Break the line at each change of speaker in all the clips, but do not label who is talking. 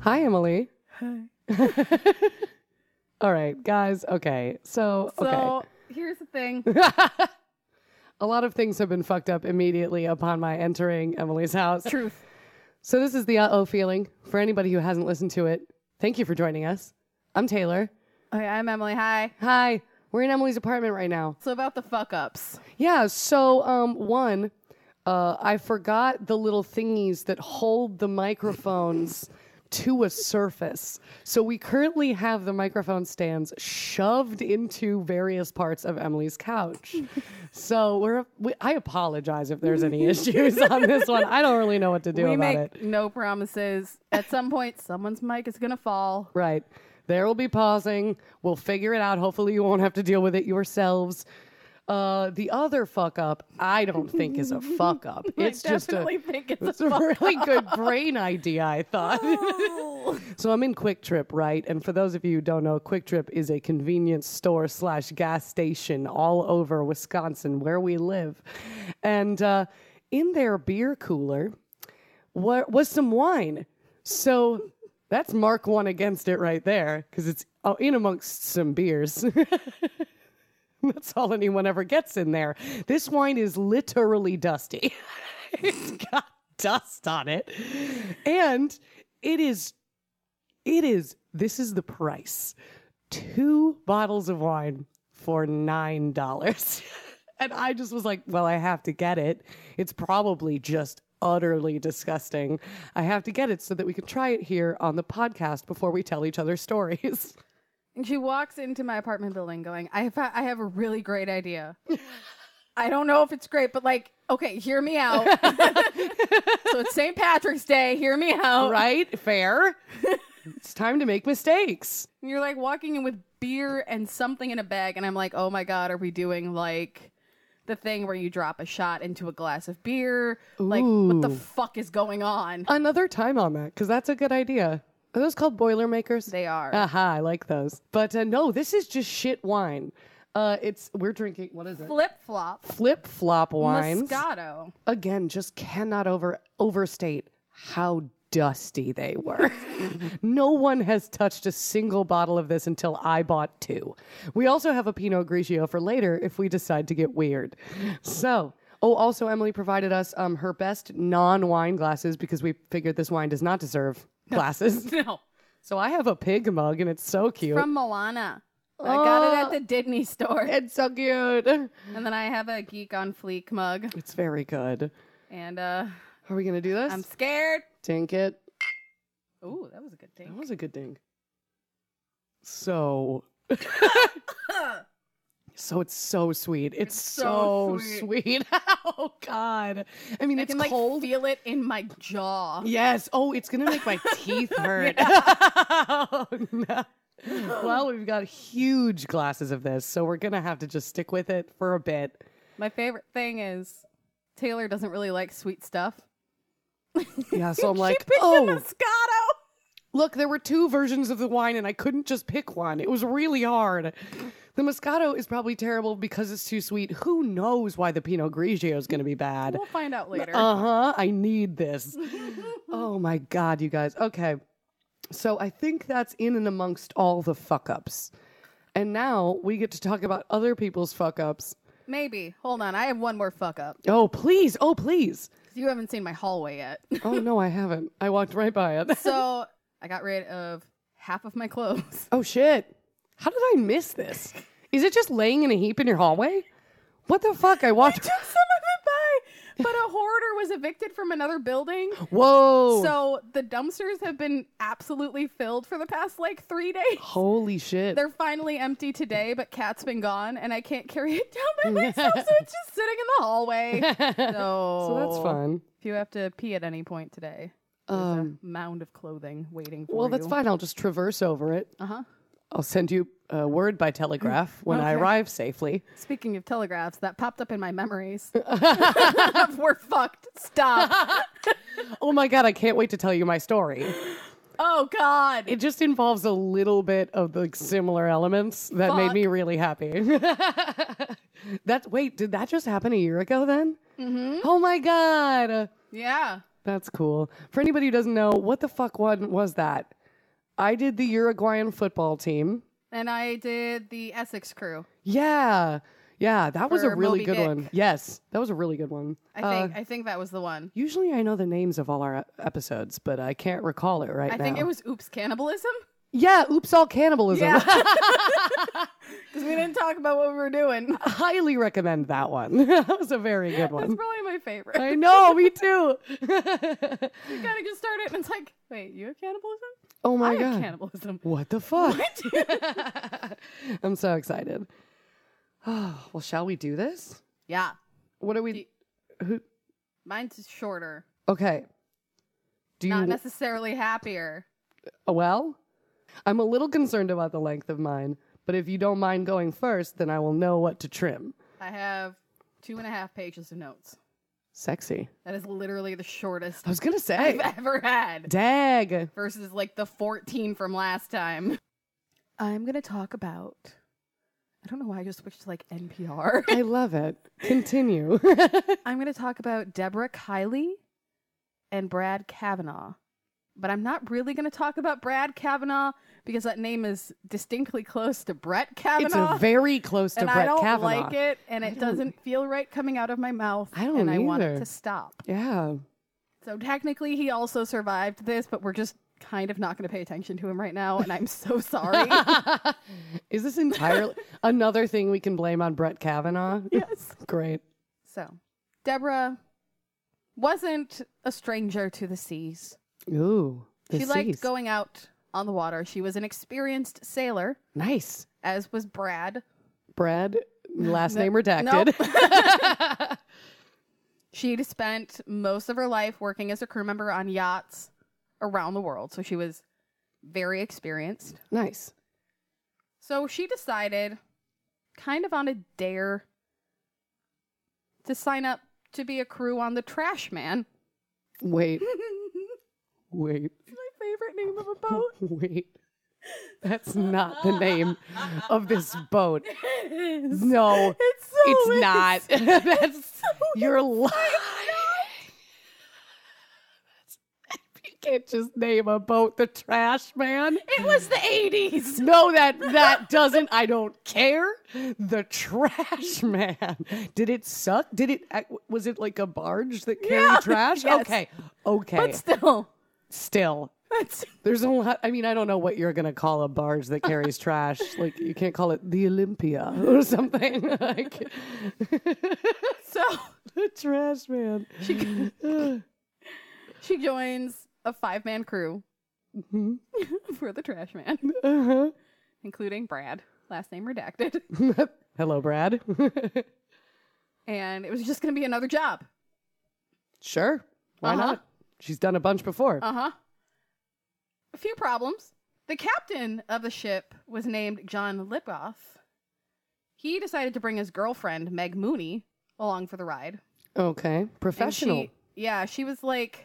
Hi, Emily.
Hi.
All right, guys. Okay. So, okay.
So here's the thing.
A lot of things have been fucked up immediately upon my entering Emily's house.
Truth.
So, this is the uh oh feeling. For anybody who hasn't listened to it, thank you for joining us. I'm Taylor.
Okay, I'm Emily. Hi.
Hi. We're in Emily's apartment right now.
So about the fuck ups.
Yeah. So, um, one, uh, I forgot the little thingies that hold the microphones to a surface. So we currently have the microphone stands shoved into various parts of Emily's couch. so we're. We, I apologize if there's any issues on this one. I don't really know what to do
we
about
make
it.
no promises. At some point, someone's mic is gonna fall.
Right. There will be pausing. We'll figure it out. Hopefully, you won't have to deal with it yourselves. Uh, the other fuck up, I don't think is a fuck up. It's just a,
definitely think it's a
it's a really good brain idea, I thought. so I'm in Quick Trip, right? And for those of you who don't know, Quick Trip is a convenience store slash gas station all over Wisconsin where we live. And uh, in their beer cooler, wa- was some wine. So that's mark one against it right there because it's uh, in amongst some beers. that's all anyone ever gets in there. This wine is literally dusty. it's got dust on it. And it is, it is, this is the price. Two bottles of wine for $9. and I just was like, well, I have to get it. It's probably just utterly disgusting. I have to get it so that we can try it here on the podcast before we tell each other stories.
And she walks into my apartment building going, I have, I have a really great idea. I don't know if it's great, but like, okay, hear me out. so it's St. Patrick's Day. Hear me out.
right? Fair. it's time to make mistakes.
And you're like walking in with beer and something in a bag. And I'm like, oh my God, are we doing like the thing where you drop a shot into a glass of beer? Like, what the fuck is going on?
another time on that because that's a good idea. Are those called Boilermakers?
They are.
Aha, I like those. But uh, no, this is just shit wine. Uh, it's we're drinking. What is it?
Flip flop.
Flip flop wines.
Moscato.
Again, just cannot over overstate how dusty they were. no one has touched a single bottle of this until I bought two. We also have a Pinot Grigio for later if we decide to get weird. So. Oh, also, Emily provided us um, her best non wine glasses because we figured this wine does not deserve glasses.
No.
So I have a pig mug and it's so cute.
From Milana. I got it at the
Oh.
Disney store.
it's so cute.
And then I have a Geek on Fleek mug.
It's very good.
And uh
Are we going to do this?
I'm scared.
Dink it.
Ooh, that was a good
That
thing.
was a good dink. So. so it's so sweet. It's, so,
so
sweet. oh, God. I mean,
I
it's
can like
cold.
feel it in my jaw.
Yes. Oh, it's gonna make my teeth hurt. Oh, no. Well, we've got huge glasses of this, so we're gonna have to just stick with it for a bit.
My favorite thing is Taylor doesn't really like sweet stuff.
Yeah. So I'm
she
like,
picked
oh,
a Moscato.
look, there were two versions of the wine, and I couldn't just pick one. It was really hard. The Moscato is probably terrible because it's too sweet. Who knows why the Pinot Grigio is gonna be bad?
We'll find out later.
Uh huh. I need this. oh my God, you guys. Okay. So I think that's in and amongst all the fuck ups. And now we get to talk about other people's fuck ups.
Maybe. Hold on. I have one more fuck up.
Oh, please. Oh, please.
'Cause You haven't seen my hallway yet.
Oh, no, I haven't. I walked right by it.
so I got rid of half of my clothes.
Oh, shit. How did I miss this? Is it just laying in a heap in your hallway? What the fuck? I walked.
Took some of it by, but a hoarder was evicted from another building.
Whoa.
So the dumpsters have been absolutely filled for the past like three days.
Holy shit.
They're finally empty today, but Cat's been gone, and I can't carry it down by myself, so it's just sitting in the hallway. So,
So Oh, that's fun. Um,
If you have to pee at any point today, there's a mound of clothing waiting for
Well,
you.
that's fine. I'll just traverse over it.
Uh huh.
I'll send you a word by telegraph when I
Okay.
arrive safely.
Speaking of telegraphs, that popped up in my memories. We're fucked. Stop.
Oh my God, I can't wait to tell you my story.
Oh God.
It just involves a little bit of the similar elements that made
Fuck.
me really happy. That's wait, did that just happen a year ago then? Mm-hmm. Oh my God.
yeah.
That's cool. For anybody who doesn't know, what the fuck one was that? I did the Uruguayan football team.
And I did the Essex crew.
Yeah. Yeah, that was a
For
really
Moby
good
Dick.
one. Yes, that was a really good one.
I
Uh,
think I think that was the one.
usually I know the names of all our e- episodes, but I can't recall it right
I
now.
think it was Oops Cannibalism.
Yeah, oops all cannibalism.
Yeah. Because we didn't talk about what we were doing.
Highly recommend that one. that was a very good
That's
one.
probably my favorite.
I know, me too.
You gotta get started, and it's like, wait, you have cannibalism?
oh my
I
god.
have cannibalism.
What the fuck? I'm so excited. Oh, well, shall we do this?
Yeah,
What are we? Who,
mine's shorter,
okay. Do you?
not necessarily happier.
well, I'm a little concerned about the length of mine, but if you don't mind going first, then I will know what to trim.
I have two and a half pages of notes.
Sexy.
That is literally the shortest
I was gonna say.
I've ever had.
Dag.
Versus like the 14 from last time. I'm gonna talk about. I don't know why I just switched to like NPR.
I love it. Continue.
I'm going to talk about Deborah Kiley and Brad Kavanaugh. But I'm not really going to talk about Brad Kavanaugh because that name is distinctly close to Brett
it's
Kavanaugh.
a very close to
and
Brett
I don't
Kavanaugh.
like it, and it doesn't feel right coming out of my mouth.
I don't
and I want
either.
it to stop.
Yeah.
So technically, he also survived this, but we're just kind of not going to pay attention to him right now, and I'm so sorry.
Is this entirely another thing we can blame on Brett Kavanaugh?
yes.
Great.
So, Deborah wasn't a stranger to the seas.
Ooh. the
she liked
seas.
going out on the water. She was an experienced sailor,
Nice.
as was Brad.
Brad, last name
No,
redacted.
She'd spent most of her life working as a crew member on yachts around the world, so she was very experienced.
nice.
So she decided, kind of on a dare, to sign up to be a crew on the Trash Man.
Wait,
My
wait,
favorite name of a boat.
wait. That's not the name of this boat. No,
It's so
it's
weird.
not. That's you're lying. You can't just name a boat the trash man.
It was the 80s.
No, that that doesn't. I don't care. The trash man. Did it suck? Did it? uh, Was it like a barge that carried
Yeah,
trash?
yes.
Okay, okay.
But still,
Still,
that's
there's a lot. I mean, I don't know what you're gonna call a barge that carries trash. Like you can't call it the Olympia or something. like
so
the trash man.
she joins a five man crew for the trash man,
Mm-hmm. Uh-huh.
including Brad, last name redacted.
Hello, Brad.
And it was just going to be another job.
sure. Why
Uh-huh.
not? She's done a bunch before.
Uh huh. A few problems. The captain of the ship was named John Lipoff. He decided to bring his girlfriend, Meg Mooney, along for the ride.
okay,
And she-
professional.
yeah, she was like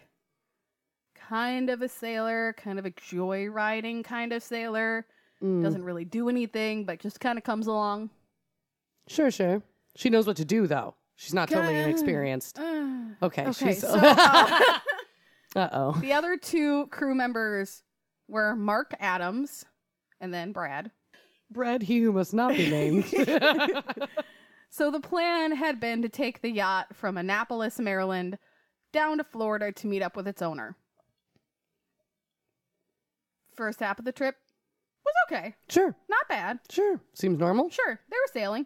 kind of a sailor, kind of a joyriding kind of sailor.
Mm.
Doesn't really do anything, but just kind of comes along.
Sure, sure. She knows what to do, though. She's not totally
Gah.
inexperienced.
Uh, okay,
Okay. she's
so uh,
uh oh.
the other two crew members were Mark Adams and then Brad.
Brad, he who must not be named.
So the plan had been to take the yacht from Annapolis, Maryland, down to Florida to meet up with its owner. First half of the trip was okay,
sure,
not bad.
sure. Seems normal.
Sure, they were sailing.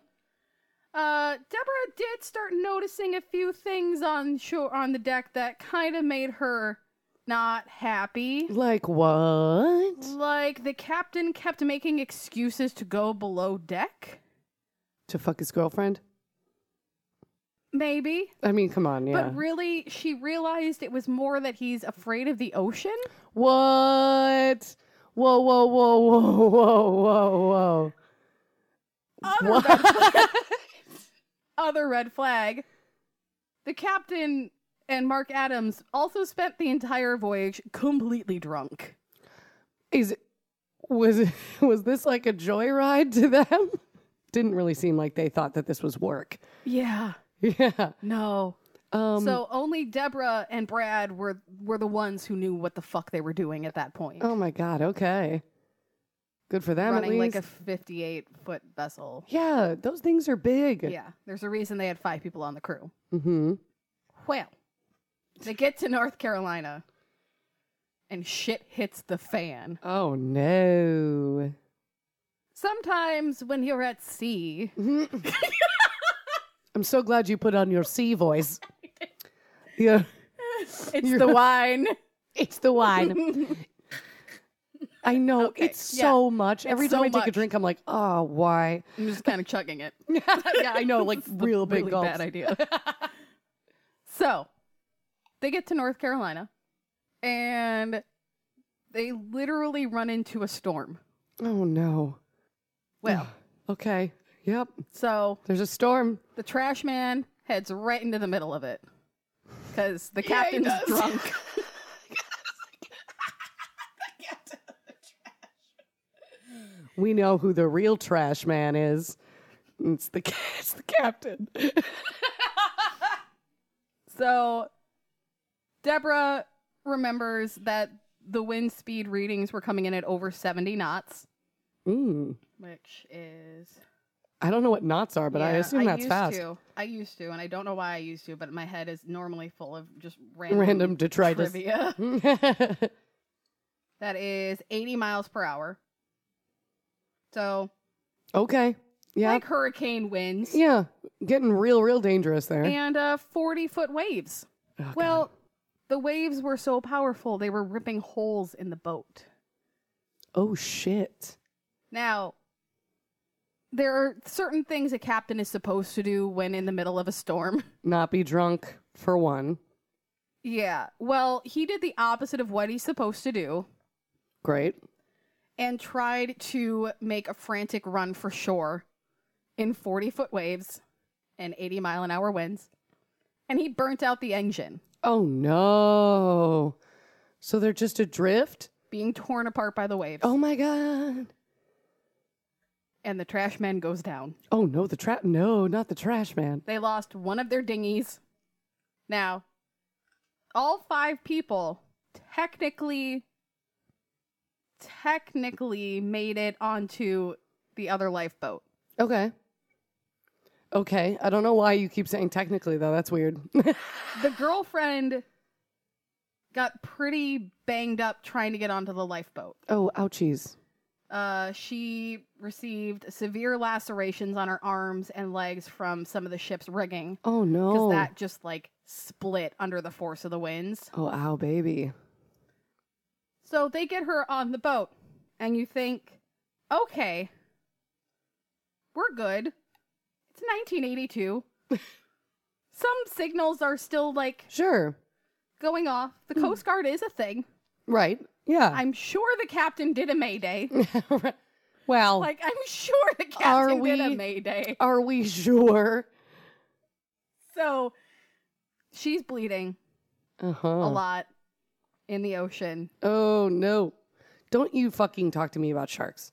Uh, Deborah did start noticing a few things on shore on the deck that kind of made her not happy.
Like what?
Like the captain kept making excuses to go below deck.
To fuck his girlfriend?
Maybe,
I mean, come on, yeah.
but really, she realized it was more that he's afraid of the ocean.
what? Whoa, whoa, whoa, whoa, whoa, whoa,
Other
whoa.
red,
What?
other red flag. The captain and Mark Adams also spent the entire voyage completely drunk.
Is it, was it, was this like a joyride to them? Didn't really seem like they thought that this was work.
Yeah.
Yeah.
No.
Um,
so only Deborah and Brad were were the ones who knew what the fuck they were doing at that point.
oh my God. Okay. Good for them.
running
at
like
least.
a 58 foot vessel.
yeah, those things are big.
Yeah, there's a reason they had five people on the crew.
Mm-hmm.
Well, they get to North Carolina and shit hits the fan.
Oh no.
Sometimes when you're at sea,
I'm so glad you put on your sea voice. Yeah,
it's the wine.
it's the wine. I know
Okay,
it's
yeah.
so much. Every
so
time I take a
much.
drink, I'm like, oh, why?
I'm just kind of chugging it.
yeah, I know, like real big
really
gulps.
bad idea. so they get to North Carolina and they literally run into a storm.
Oh no.
Well,
Okay. Yep.
so
There's a storm.
the trash man heads right into the middle of it because the captain's
does.
drunk.
We know who the real trash man is. It's the it's the captain.
So Deborah remembers that the wind speed readings were coming in at over 70 knots,
Mm.
which is
I don't know what knots are, but I
Yeah,
assume that's
used
fast.
To. I used to, and I don't know why I used to, but my head is normally full of just random,
Random detritus.
trivia. That is 80 miles per hour. So,
okay. Yeah.
like hurricane winds
yeah. Getting real, real dangerous there.
and uh, 40 foot waves.
Oh, God.
well, the waves were so powerful, they were ripping holes in the boat.
oh shit.
Now, there are certain things a captain is supposed to do when in the middle of a storm.
Not be drunk for one.
Yeah. Well, he did the opposite of what he's supposed to do
Great.
and tried to make a frantic run for shore in 40 foot waves and 80 mile an hour winds. And he burnt out the engine,
Oh no. So they're just adrift?
being torn apart by the waves.
Oh my god.
And the trash man goes down.
Oh no, the trap no, not the trash man.
They lost one of their dinghies. Now, all five people technically technically made it onto the other lifeboat.
Okay. Okay. I don't know why you keep saying technically though. That's weird.
The girlfriend got pretty banged up trying to get onto the lifeboat.
oh, ouchies.
Uh, she received severe lacerations on her arms and legs from some of the ship's rigging
Oh
because
no.
that just like split under the force of the winds.
oh ow baby.
So they get her on the boat, and you think, okay, we're good. It's 1982. Some signals are still like
Sure.
going off. The Coast Guard is a thing.
Right. Hmm. Yeah.
I'm sure the captain did a mayday.
well,
Like, I'm sure the captain
Are
did a
we-
mayday.
are we sure?
So she's bleeding
Uh-huh.
a lot in the ocean.
Oh no. Don't you fucking talk to me about sharks.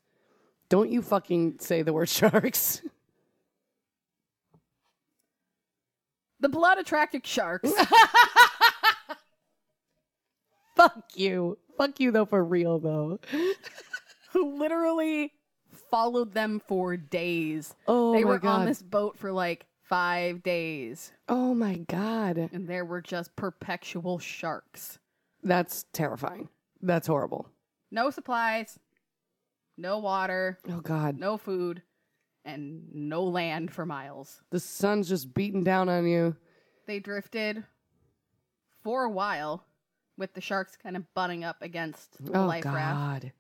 Don't you fucking say the word sharks.
The blood attracted sharks.
Fuck you. Fuck you though for real though.
who literally followed them for days.
Oh
they
my
were
god.
on this boat for like five days,
oh my god.
and there were just perpetual sharks.
That's terrifying. That's horrible.
No supplies, no water,
Oh god.
no food, and no land for miles.
The sun's just beating down on you.
They drifted for a while with the sharks kind of butting up against the
Oh
life raft.
god.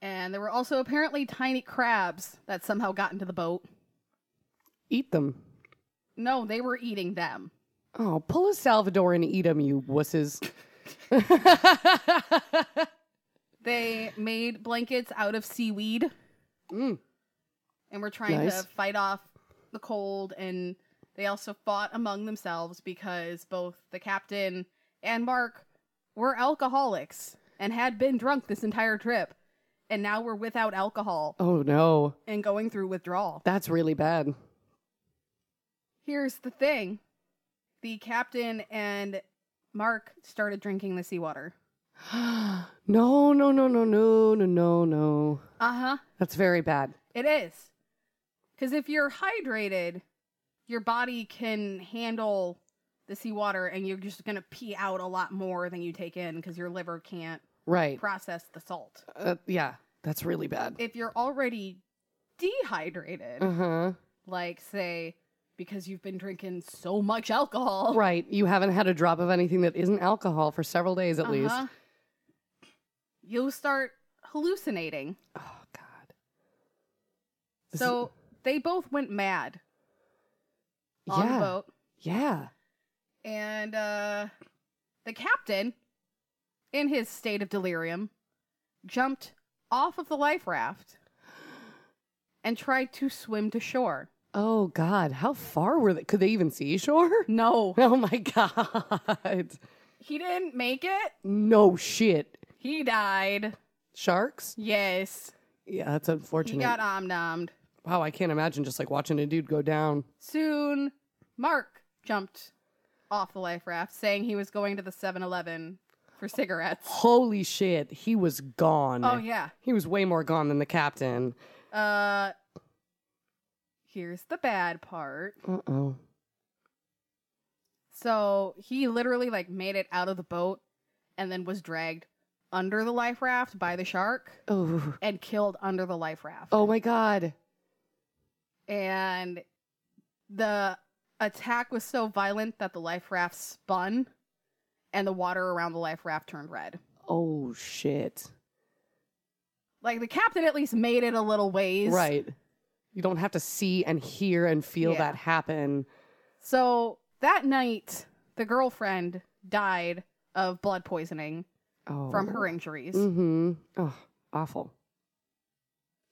And there were also apparently tiny crabs that somehow got into the boat.
Eat them.
No, they were eating them.
Oh, pull a Salvador and eat them, you wusses.
They made blankets out of seaweed.
Mm.
And were trying
Nice.
to fight off the cold. And they also fought among themselves because both the captain and Mark were alcoholics and had been drunk this entire trip. And now we're without alcohol
Oh no.
and going through withdrawal.
That's really bad.
Here's the thing the captain and Mark started drinking the seawater.
no, no, no, no, no, no, no, no.
Uh huh.
That's very bad.
It is. Because if you're hydrated, your body can handle the seawater and you're just going to pee out a lot more than you take in because your liver can't
Right.
process the salt.
Uh, yeah, that's really bad.
If you're already dehydrated,
Uh huh.
like say because you've been drinking so much alcohol,
Right. You haven't had a drop of anything that isn't alcohol for several days at least.
uh-huh, you'll start hallucinating.
Oh, God. This is-
So they both went mad on
yeah.
the boat.
Yeah.
and uh, the captain, in his state of delirium, jumped off of the life raft and tried to swim to shore.
Oh, God. How far were they? Could they even see shore?
No,
Oh, my God.
he didn't make it.
No shit.
He died.
Sharks?
Yes,
Yeah, that's
he
unfortunate.
got omnommed.
wow, I can't imagine just like watching a dude go down.
Soon, Mark jumped off the life raft, saying he was going to the 7-Eleven for cigarettes.
Holy shit. He was gone.
Oh yeah.
He was way more gone than the captain.
Uh, here's the bad part.
Uh oh.
So he literally like made it out of the boat and then was dragged under the life raft by the shark
Oh.
and killed under the life raft.
Oh my god.
And the attack was so violent that the life raft spun and the water around the life raft turned red.
Oh shit.
Like the captain at least made it a little ways.
Right. You don't have to see and hear and feel
Yeah.
that happen.
So that night, the girlfriend died of blood poisoning
Oh.
from her injuries.
Mm-hmm. Oh, awful.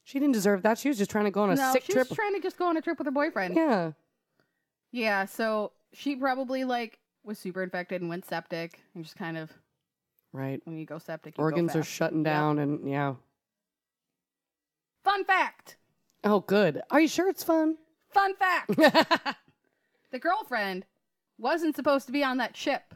She didn't deserve that. She was just trying to go on a
no,
sick
she
trip.
was trying to just go on a trip with her boyfriend.
yeah.
Yeah, so she probably like was super infected and went septic and just kind of
Right.
when you go septic you go
Organs are
fast.
shutting
Yep.
down and yeah.
Fun fact.
Oh good. Are you sure it's fun?
Fun fact. the girlfriend wasn't supposed to be on that ship.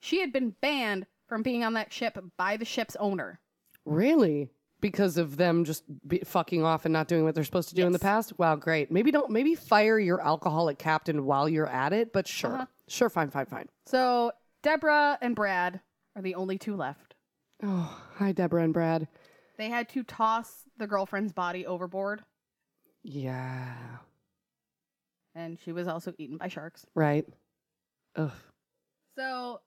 She had been banned from being on that ship by the ship's owner.
Really? Because of them just be fucking off and not doing what they're supposed to do in the
Yes.
past? Wow, great. Maybe don't maybe fire your alcoholic captain while you're at it, but sure.
Uh-huh.
Sure, fine, fine, fine.
So Deborah and Brad are the only two left.
Oh, hi Deborah and Brad.
They had to toss the girlfriend's body overboard,
Yeah.
and she was also eaten by sharks.
Right. Ugh.
So,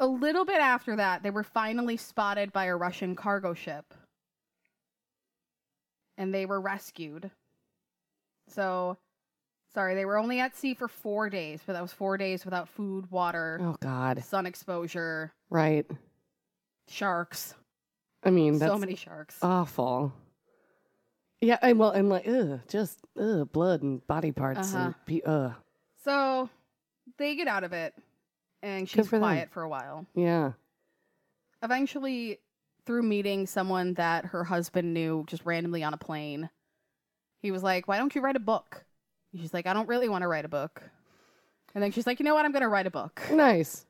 a little bit after that, they were finally spotted by a Russian cargo ship. And they were rescued. So, sorry, they were only at sea for four days, but that was four days without food, water,
Oh God.
sun exposure,
Right.
sharks.
I mean that's
So many sharks.
awful. Yeah, and well and like ugh, just ugh, blood and body parts
Uh-huh.
and be ugh.
so, they get out of it, and
Good
she's
for them.
quiet for a while.
Yeah.
eventually through meeting someone that her husband knew just randomly on a plane he was like why don't you write a book And she's like i don't really want to write a book and then she's like you know what i'm going to write a book
Nice.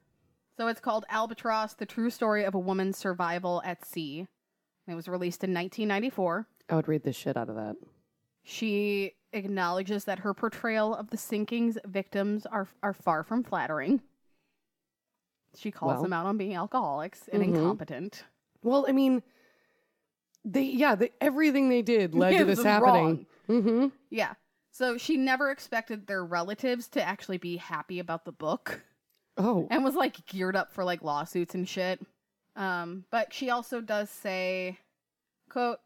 so it's called albatross the true story of a woman's survival at sea and it was released in 1994
I would read the shit out of that.
she acknowledges that her portrayal of the sinking's victims are, are far from flattering she calls
Well.
them out on being alcoholics and
Mhm.
incompetent
Well, I mean, they yeah, they, everything they did led to this
This is
happening. Mm-hmm.
Yeah. So she never expected their relatives to actually be happy about the book
Oh,
and was like geared up for like lawsuits and shit. Um, but she also does say, quote,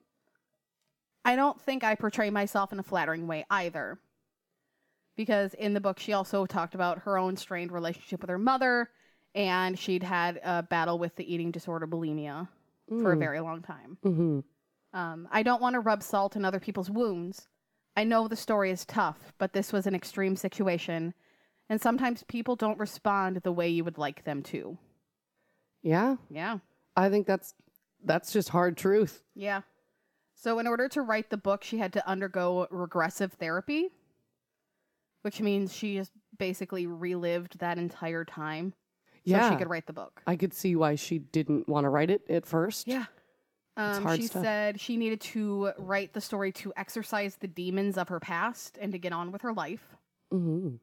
I don't think I portray myself in a flattering way either. Because in the book, she also talked about her own strained relationship with her mother and she'd had a battle with the eating disorder bulimia
mm,
for a very long time.
hmm
Um, I don't want to rub salt in other people's wounds. I know the story is tough, but this was an extreme situation, and sometimes people don't respond the way you would like them to.
yeah.
Yeah.
I think that's that's just hard truth.
Yeah. So, in order to write the book, she had to undergo regressive therapy. which means she just basically relived that entire time so
Yeah.
she could write the book.
I could see why she didn't want to write it at first.
Yeah. Um,
hard
she
stuff.
said she needed to write the story to exorcise the demons of her past and to get on with her life
hmm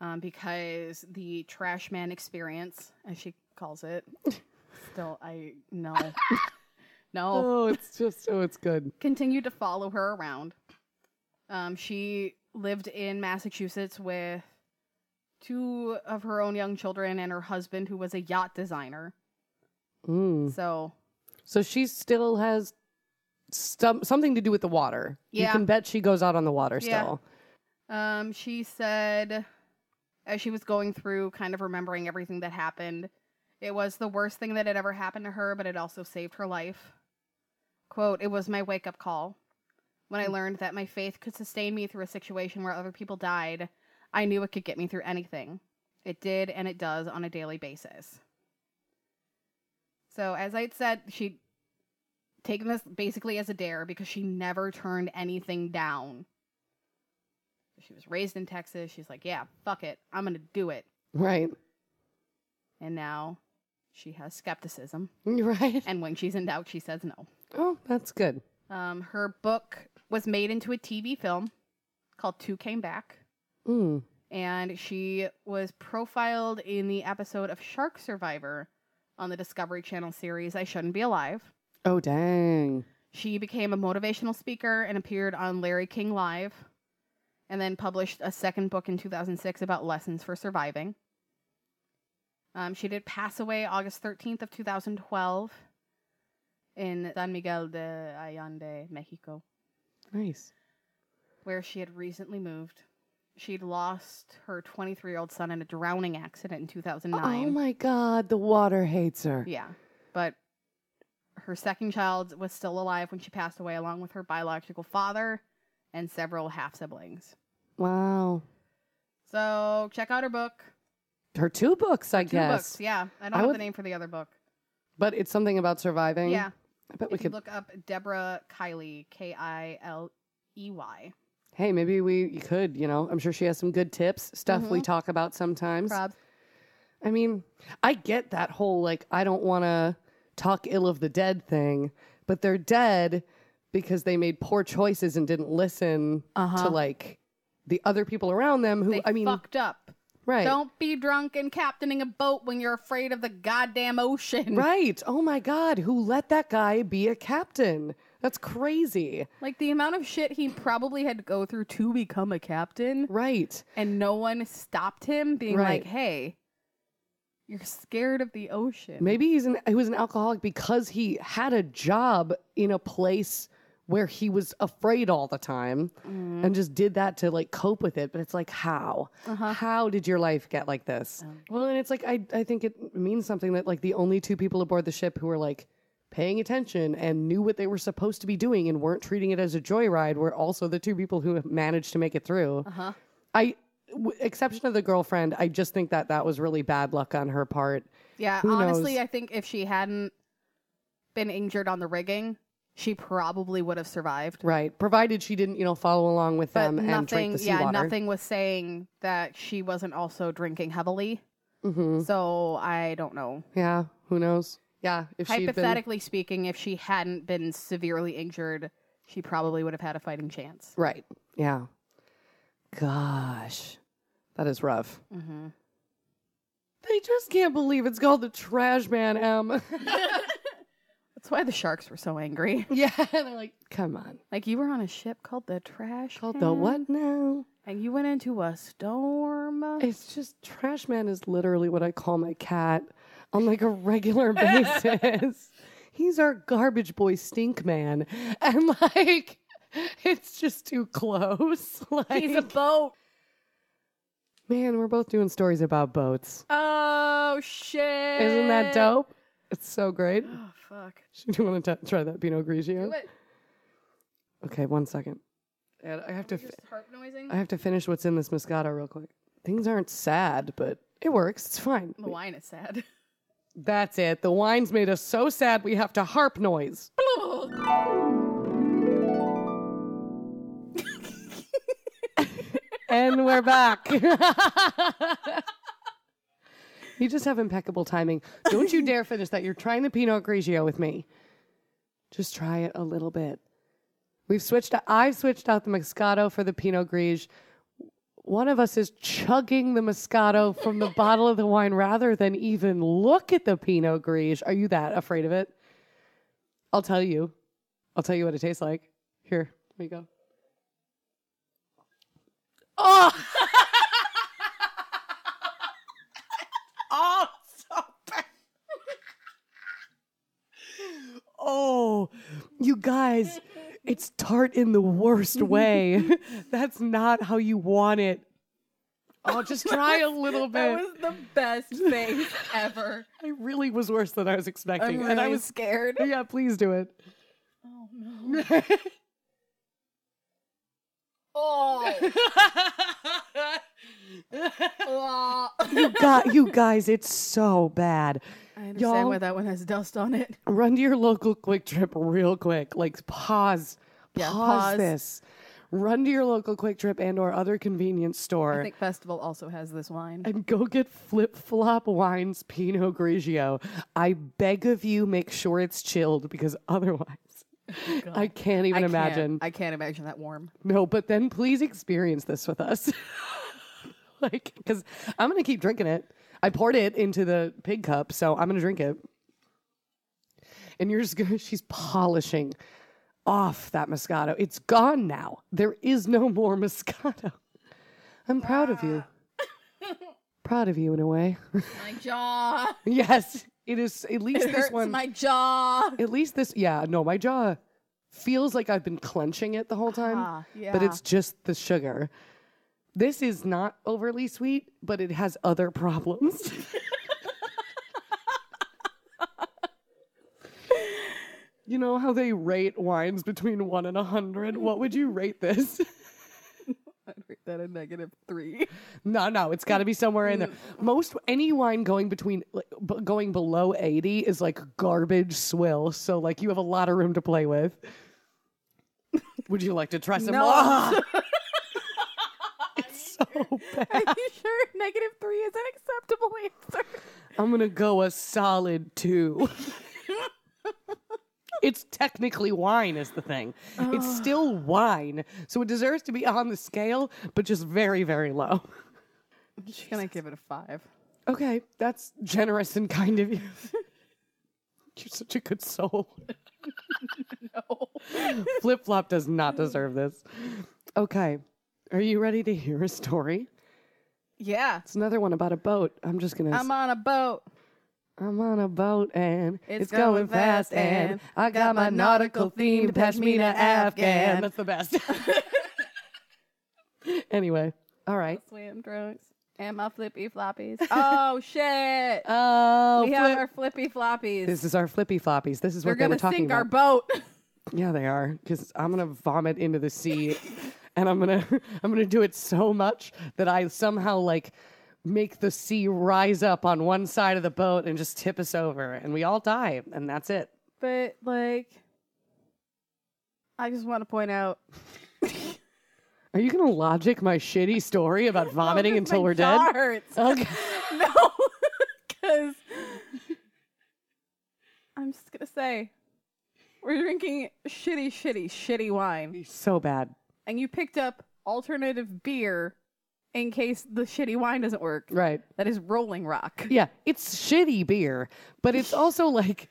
um, because the trash man experience, as she calls it, still, I no, no.
Oh, it's just oh, it's good.
continued to follow her around. Um, she lived in Massachusetts with two of her own young children and her husband, who was a yacht designer.
Mm.
So,
So she still has some something to do with the water. You
Yeah.
can bet she goes out on the water
Yeah.
still.
um, she said, as she was going through, kind of remembering everything that happened, it was the worst thing that had ever happened to her, but it also saved her life. Quote, it was my wake up call. When I learned that my faith could sustain me through a situation where other people died, I knew it could get me through anything. It did, and it does on a daily basis. So, as I'd said, she'd taken this basically as a dare because she never turned anything down. She was raised in Texas. She's like, yeah, fuck it. I'm going to do it.
Right.
And now she has skepticism.
Right.
And when she's in doubt, she says no.
Oh, that's good.
Um, her book was made into a TV film called Two Came Back.
Mm.
And she was profiled in the episode of Shark Survivor on the Discovery Channel series I Shouldn't Be Alive.
Oh, dang.
She became a motivational speaker and appeared on Larry King Live and then published a second book in 2006 about lessons for surviving. Um, she did pass away August 13th of 2012 in San Miguel de Allende, Mexico,
Nice.
where she had recently moved. She'd lost her 23-year-old son in a drowning accident in 2009.
Oh my God, the water hates her.
Yeah. But her second child was still alive when she passed away, along with her biological father and several half siblings.
Wow.
So check out her book.
Her two books, I
Two
guess.
books. Yeah. I don't
I
have
would-
the name for the other book.
But it's something about surviving.
Yeah.
I bet we
If you
could.
look up Deborah Kiley, K I L E Y.
hey, maybe we could, you know, I'm sure she has some good tips, stuff
Mm-hmm.
we talk about sometimes.
Probs.
I mean, I get that whole like I don't want to talk ill of the dead thing, but they're dead because they made poor choices and didn't listen to like the other people around them who
Uh-huh. They
I mean,
fucked up.
right.
Don't be drunk and captaining a boat when you're afraid of the goddamn ocean.
Right. Oh my god, who let that guy be a captain? That's crazy.
Like the amount of shit he probably had to go through to become a captain.
Right.
and no one stopped him being
Right.
like hey you're scared of the ocean
Maybe he's an he was an alcoholic because he had a job in a place where he was afraid all the time and just did that to like cope with it. But it's like how? How did your life get like this? Well, and it's like I I think it means something that like the only two people aboard the ship who were like paying attention and knew what they were supposed to be doing and weren't treating it as a joyride were also the two people who managed to make it through. Uh-huh. I w- exception of the girlfriend, I just think that that was really bad luck on her part.
yeah
who
honestly
knows?
i think if she hadn't been injured on the rigging she probably would have survived
Right. Provided she didn't, you know, follow along with
but
them and drink
nothing
the seawater.
yeah nothing was saying that she wasn't also drinking heavily
Mm-hmm.
so i don't know
Yeah. Who knows? Yeah. If she'd been
hypothetically speaking if she hadn't been severely injured she probably would have had a fighting chance
right. Yeah. Gosh, that is rough.
mm-hmm.
They just can't believe it's called the Trash Man M.
that's why the sharks were so angry
yeah. They're like, come on.
like you were on a ship called the trash
Called the
Man.
what now?
And you went into a storm.
It's just Trash Man is literally what I call my cat on like a regular basis. He's our garbage boy stink man. And like it's just too close. Like
boat.
Man, we're both doing stories about boats.
Oh shit!
Isn't that dope? It's so great.
Oh fuck!
Do you want to t- try that Pinot Grigio?
What?
Okay, one second. And I have to. Fi-
Just harp noising.
I have to finish what's in this Moscato real quick. Things aren't sad, but it works. It's fine.
the wine is sad.
That's it. The wine's made us so sad we have to harp noise. and we're back. you just have impeccable timing. Don't you dare finish that. You're trying the Pinot Grigio with me. Just try it a little bit. We've switched. I've switched out the Moscato for the Pinot Grigio. One of us is chugging the Moscato from the bottle of the wine rather than even look at the Pinot Grigio. Are you that afraid of it? I'll tell you. I'll tell you what it tastes like. Here, here we go. Oh! oh, so bad. oh, you guys, it's tart in the worst way. That's not how you want it. Oh, just try a little
That
bit.
was the best face ever.
I really was worse than I was
I'm
expecting.
really
and I was
scared.
Yeah, please do it.
Oh no. Oh. ah.
you got you guys, it's so bad.
I understand
Y'all-
why that one has dust on it.
Run to your local quick trip real quick. Like pause.
Yeah,
pause,
pause.
this. Run to your local quick trip and or other convenience store
I think Festival also has this wine.
and go get flip flop wines Pinot Grigio. I beg of you, make sure it's chilled because otherwise I can't even
can't-
imagine.
Oh, I can't imagine that warm.
No, but then please experience this with us. like, because I'm going to keep drinking it. I poured it into the pig cup, so I'm going to drink it. And you're just going to, she's polishing off that Moscato. It's gone now. There is no more Moscato. I'm proud of you. proud of you in a way.
My jaw.
yes, it is. At least
It
this
hurts
one.
my jaw.
at least this, yeah, no, my jaw feels like I've been clenching it the whole time
Ah, yeah.
but it's just the sugar. This is not overly sweet, but it has other problems. you know how they rate wines between one and a hundred? What would you rate this?
I'd rate that a negative three.
No, no, it's got to be somewhere in there. Most any wine going between like, b- going below eighty is like garbage swill. So like you have a lot of room to play with. Would you like to try some?
No.
Ah! it's so
Are
bad.
you sure negative three is an acceptable answer?
I'm gonna go a solid two. it's technically wine, is the thing. It's still wine, so it deserves to be on the scale, but just very, very low.
I'm just gonna give it a five.
Okay, that's generous and kind of you. You're such a good soul. no. Flip Flop does not deserve this. Okay, are you ready to hear a story?
Yeah.
It's another one about a boat. I'm just gonna.
I'm on a boat.
I'm on a boat and
It's going fast and
I got my nautical themed pashmina afghan.
That's
the best. anyway, all right.
Swim trunks and my flippy floppies. Oh shit.
Oh,
we
flip-
have our flippy floppies.
this is our flippy floppies. This is
We're
what they were
gonna
talking
sink
about.
our boat.
Yeah, they are. Because I'm gonna vomit into the sea, and I'm gonna I'm gonna do it so much that I somehow like make the sea rise up on one side of the boat and just tip us over, and we all die, and that's it.
But like I just want to point out
Are you gonna logic my shitty story about vomiting
Oh, 'cause
until
my
we're
jaw
dead?
Hurts.
Okay.
no, because I'm just gonna say we're drinking shitty, shitty, shitty wine,
So bad.
and you picked up alternative beer in case the shitty wine doesn't work.
Right.
That is Rolling Rock.
Yeah. It's shitty beer, but it's also like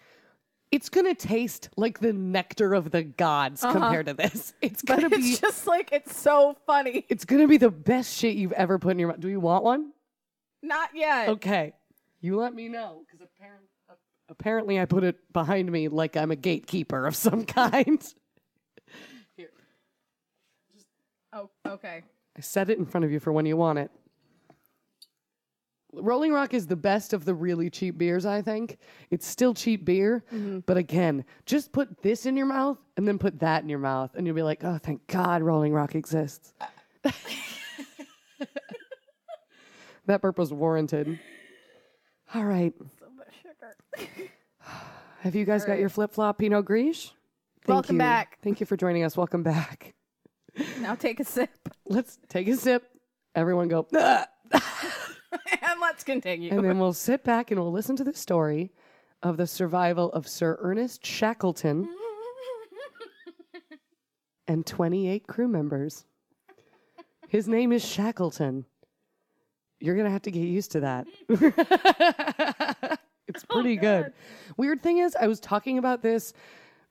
it's gonna taste like the nectar of the gods compared to this. It's
Uh-huh. But
gonna be
it's just like it's so funny.
it's gonna be the best shit you've ever put in your mouth. Do you want one?
Not yet.
Okay. You let me know, because apparently apparently I put it behind me like I'm a gatekeeper of some kind.
Oh, okay.
I set it in front of you for when you want it. Rolling Rock is the best of the really cheap beers, I think. It's still cheap beer,
Mm-hmm.
but again, just put this in your mouth and then put that in your mouth, and you'll be like, oh, thank God Rolling Rock exists.
Uh.
that burp was warranted. All right.
So much sugar.
Have you guys got your flip flop Pinot Grigio? Thank
Welcome
you.
back.
Thank you for joining us. Welcome back.
Now take a sip.
Let's take a sip. Everyone go, "Ugh."
and let's continue.
and then we'll sit back and we'll listen to the story of the survival of Sir Ernest Shackleton and 28 crew members. His name is Shackleton. You're going to have to get used to that. it's
Oh,
pretty good. Weird thing is, I was talking about this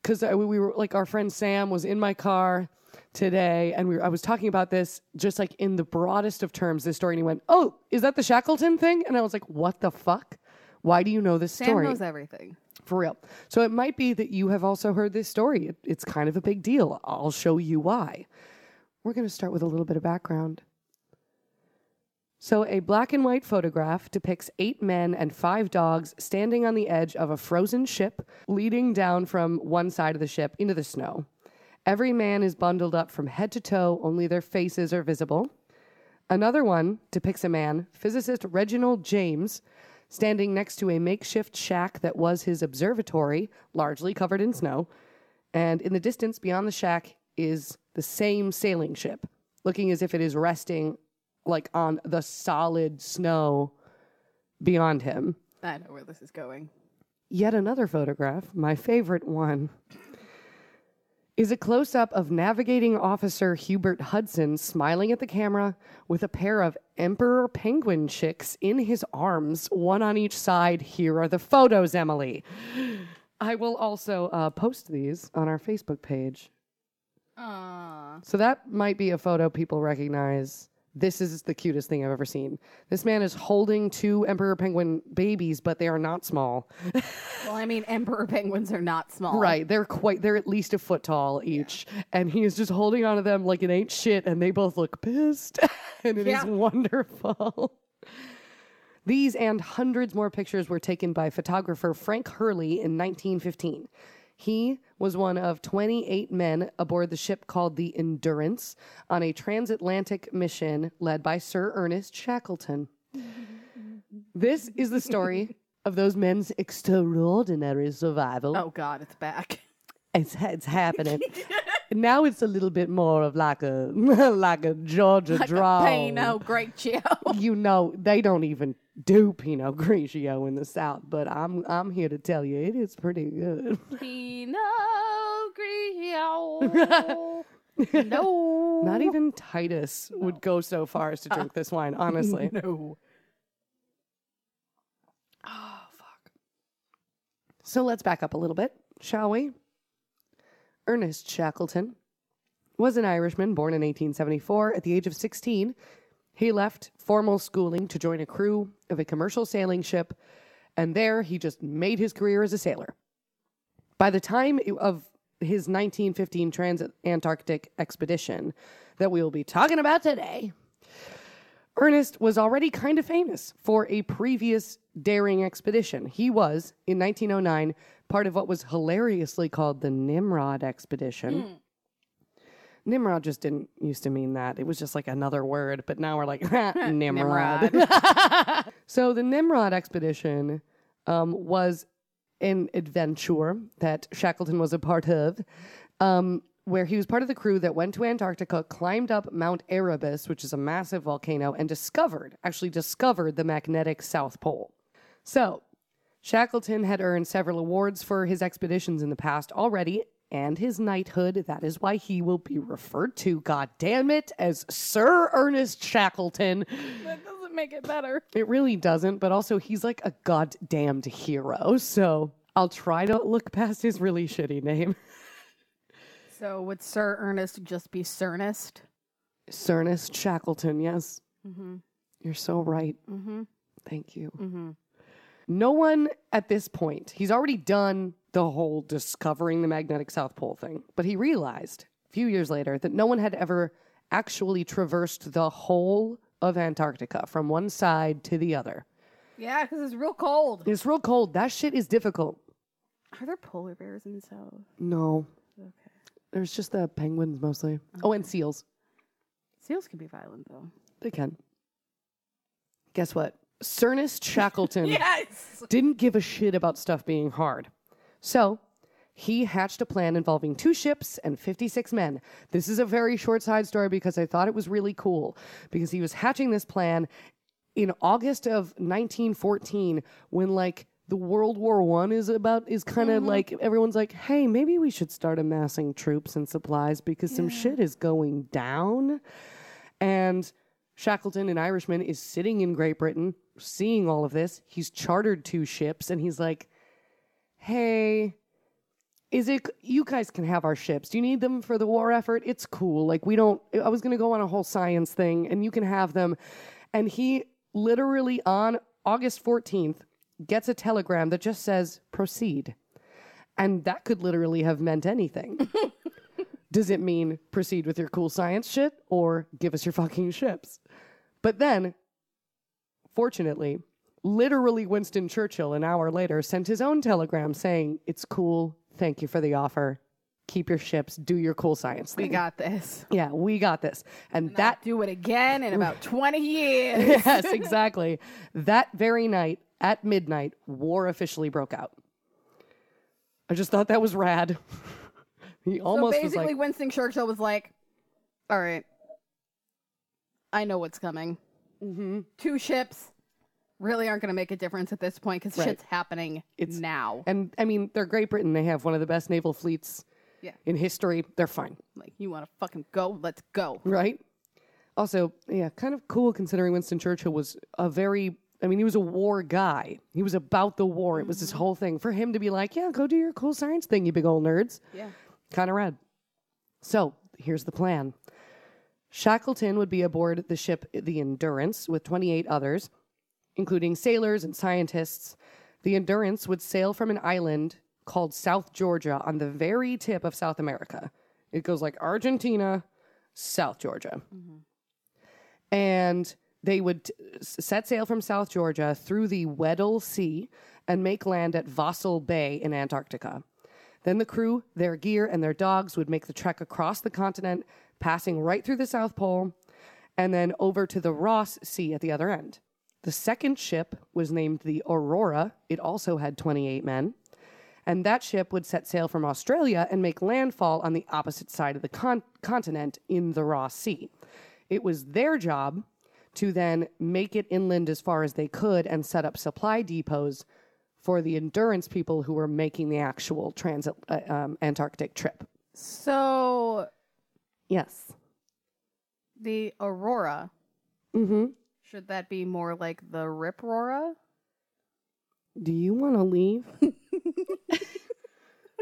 because we were like, our friend Sam was in my car today and we were, I was talking about this just like in the broadest of terms, this story. And he went, Oh, is that the Shackleton thing? And I was like, What the fuck? Why do you know this
Sam
story?
knows everything.
For real. So it might be that you have also heard this story. It, it's kind of a big deal. I'll show you why. We're going to start with a little bit of background. So, a black and white photograph depicts eight men and five dogs standing on the edge of a frozen ship leading down from one side of the ship into the snow. Every man is bundled up from head to toe, only their faces are visible. Another one depicts a man, physicist Reginald James, standing next to a makeshift shack that was his observatory, largely covered in snow. And in the distance beyond the shack is the same sailing ship, looking as if it is resting like on the solid snow beyond him.
I know where this is going.
Yet another photograph, my favorite one, is a close up of navigating officer Hubert Hudson smiling at the camera with a pair of emperor penguin chicks in his arms, one on each side. Here are the photos, Emily. I will also uh, post these on our Facebook page.
Aww.
So that might be a photo people recognize. This is the cutest thing I've ever seen. This man is holding two emperor penguin babies, but they are not small.
Well, I mean, emperor penguins are not small.
Right. They're quite, they're at least a foot tall each. And he is just holding onto them like it ain't shit. And they both look pissed. and it is
Yeah.
wonderful. These and hundreds more pictures were taken by photographer Frank Hurley in 1915. He was one of 28 men aboard the ship called the Endurance on a transatlantic mission led by Sir Ernest Shackleton. this is the story of those men's extraordinary survival.
Oh God, it's back.
It's it's happening. now it's a little bit more of like a like a Georgia
Oh.
draw.
Pano, great Joe.
You know, they don't even do Pinot Grigio in the South, but I'm I'm here to tell you it is pretty good.
Pinot Grigio. no.
Not even Titus would go so far as to drink this wine, honestly.
No.
Oh, fuck. So let's back up a little bit, shall we? Ernest Shackleton was an Irishman born in 1874. At the age of 16, he left formal schooling to join a crew of a commercial sailing ship, and there he just made his career as a sailor. By the time i- of his 1915 Trans-Antarctic expedition that we will be talking about today, Ernest was already kind of famous for a previous daring expedition. He was, in 1909, part of what was hilariously called the Nimrod Expedition. Nimrod just didn't used to mean that. It was just like another word, but now we're like, "Ha, Nimrod. so the Nimrod Expedition um, was an adventure that Shackleton was a part of, um, where he was part of the crew that went to Antarctica, climbed up Mount Erebus, which is a massive volcano, and discovered, actually discovered the magnetic South Pole. So, Shackleton had earned several awards for his expeditions in the past already and his knighthood. That is why he will be referred to, god damn it, as Sir Ernest Shackleton.
That doesn't make it better.
It really doesn't, but also he's like a goddamned hero. So I'll try to look past his really shitty name.
So would Sir Ernest just be Cernest?
Sir Ernest Shackleton, yes.
Mm-hmm.
You're so right.
Mm-hmm.
Thank you.
Mm-hmm.
No one at this point, he's already done the whole discovering the magnetic South Pole thing, but he realized a few years later that no one had ever actually traversed the whole of Antarctica from one side to the other.
Yeah, because it's real cold.
It's real cold. That shit is difficult.
Are there polar bears in the south?
No,
Okay.
there's just the penguins mostly. Oh, and seals.
Seals can be violent though.
They can. Guess what? Cernus Shackleton
Yes.
didn't give a shit about stuff being hard. So He hatched a plan involving two ships and 56 men. This is a very short side story because I thought it was really cool because he was hatching this plan in August of 1914 when like the World War One is about is kind of like everyone's like, hey, maybe we should start amassing troops and supplies because some shit is going down. And Shackleton, an Irishman, is sitting in Great Britain, seeing all of this. He's chartered two ships, and he's like, hey, is it you guys can have our ships? Do you need them for the war effort? It's cool. Like we don't I was going to go on a whole science thing and you can have them. And he literally on August 14th gets a telegram that just says proceed. And that could literally have meant anything. Does it mean proceed with your cool science shit or give us your fucking ships? But then Fortunately, literally Winston Churchill an hour later sent his own telegram saying, "It's cool. Thank you for the offer. Keep your ships. Do your cool science
We
thing.
got this.
yeah, we got this." And that
Do it again in about 20 years.
yes, exactly. That very night at midnight, war officially broke out. I just thought that was rad. he
So
almost was
basically,
like,
Winston Churchill was like, all right, I know what's coming. Two ships really aren't going to make a difference at this point because
Right.
shit's happening now.
and I mean, they're Great Britain. They have one of the best naval fleets
Yeah.
in history. They're fine.
Like, you want to fucking go? Let's go.
Right? Also, yeah, kind of cool considering Winston Churchill was a very, I mean, he was a war guy. He was about the war. It was
Mm-hmm.
this whole thing. For him to be like, yeah, go do your cool science thing, you big old nerds.
Yeah.
Kind of rad. So here's the plan Shackleton would be aboard the ship, the Endurance, with 28 others, including sailors and scientists. The Endurance would sail from an island called South Georgia on the very tip of South America. It goes like Argentina, South Georgia. And they would t- s- set sail from South Georgia through the Weddell Sea and make land at Vossel Bay in Antarctica. Then the crew, their gear, and their dogs would make the trek across the continent, passing right through the South Pole and then over to the Ross Sea at the other end. The second ship was named the Aurora. It also had 28 men. And that ship would set sail from Australia and make landfall on the opposite side of the con- continent in the Ross Sea. It was their job to then make it inland as far as they could and set up supply depots for the endurance people who were making the actual transit uh, um, Antarctic trip.
So
Yes.
the Aurora,
Mm-hmm.
should that be more like the Rip Aurora?
Do you want to leave?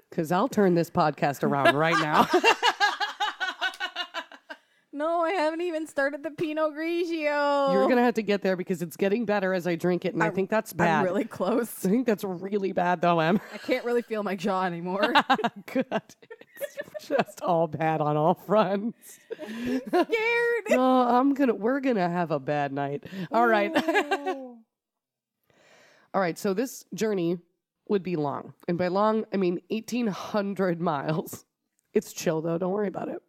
Because I'll turn this podcast around right now.
No, I haven't even started the Pinot Grigio.
You're going to have to get there because it's getting better as I drink it, and i think that's bad.
I'm really close.
I think that's really bad, though, Em.
I can't really feel my jaw anymore.
Good. It's just all bad on all fronts.
Scared.
No, I'm gonna. We're gonna have a bad night. All right. all right. So this journey would be long, and by long, I mean 1,800 miles. It's chill though. Don't worry about it.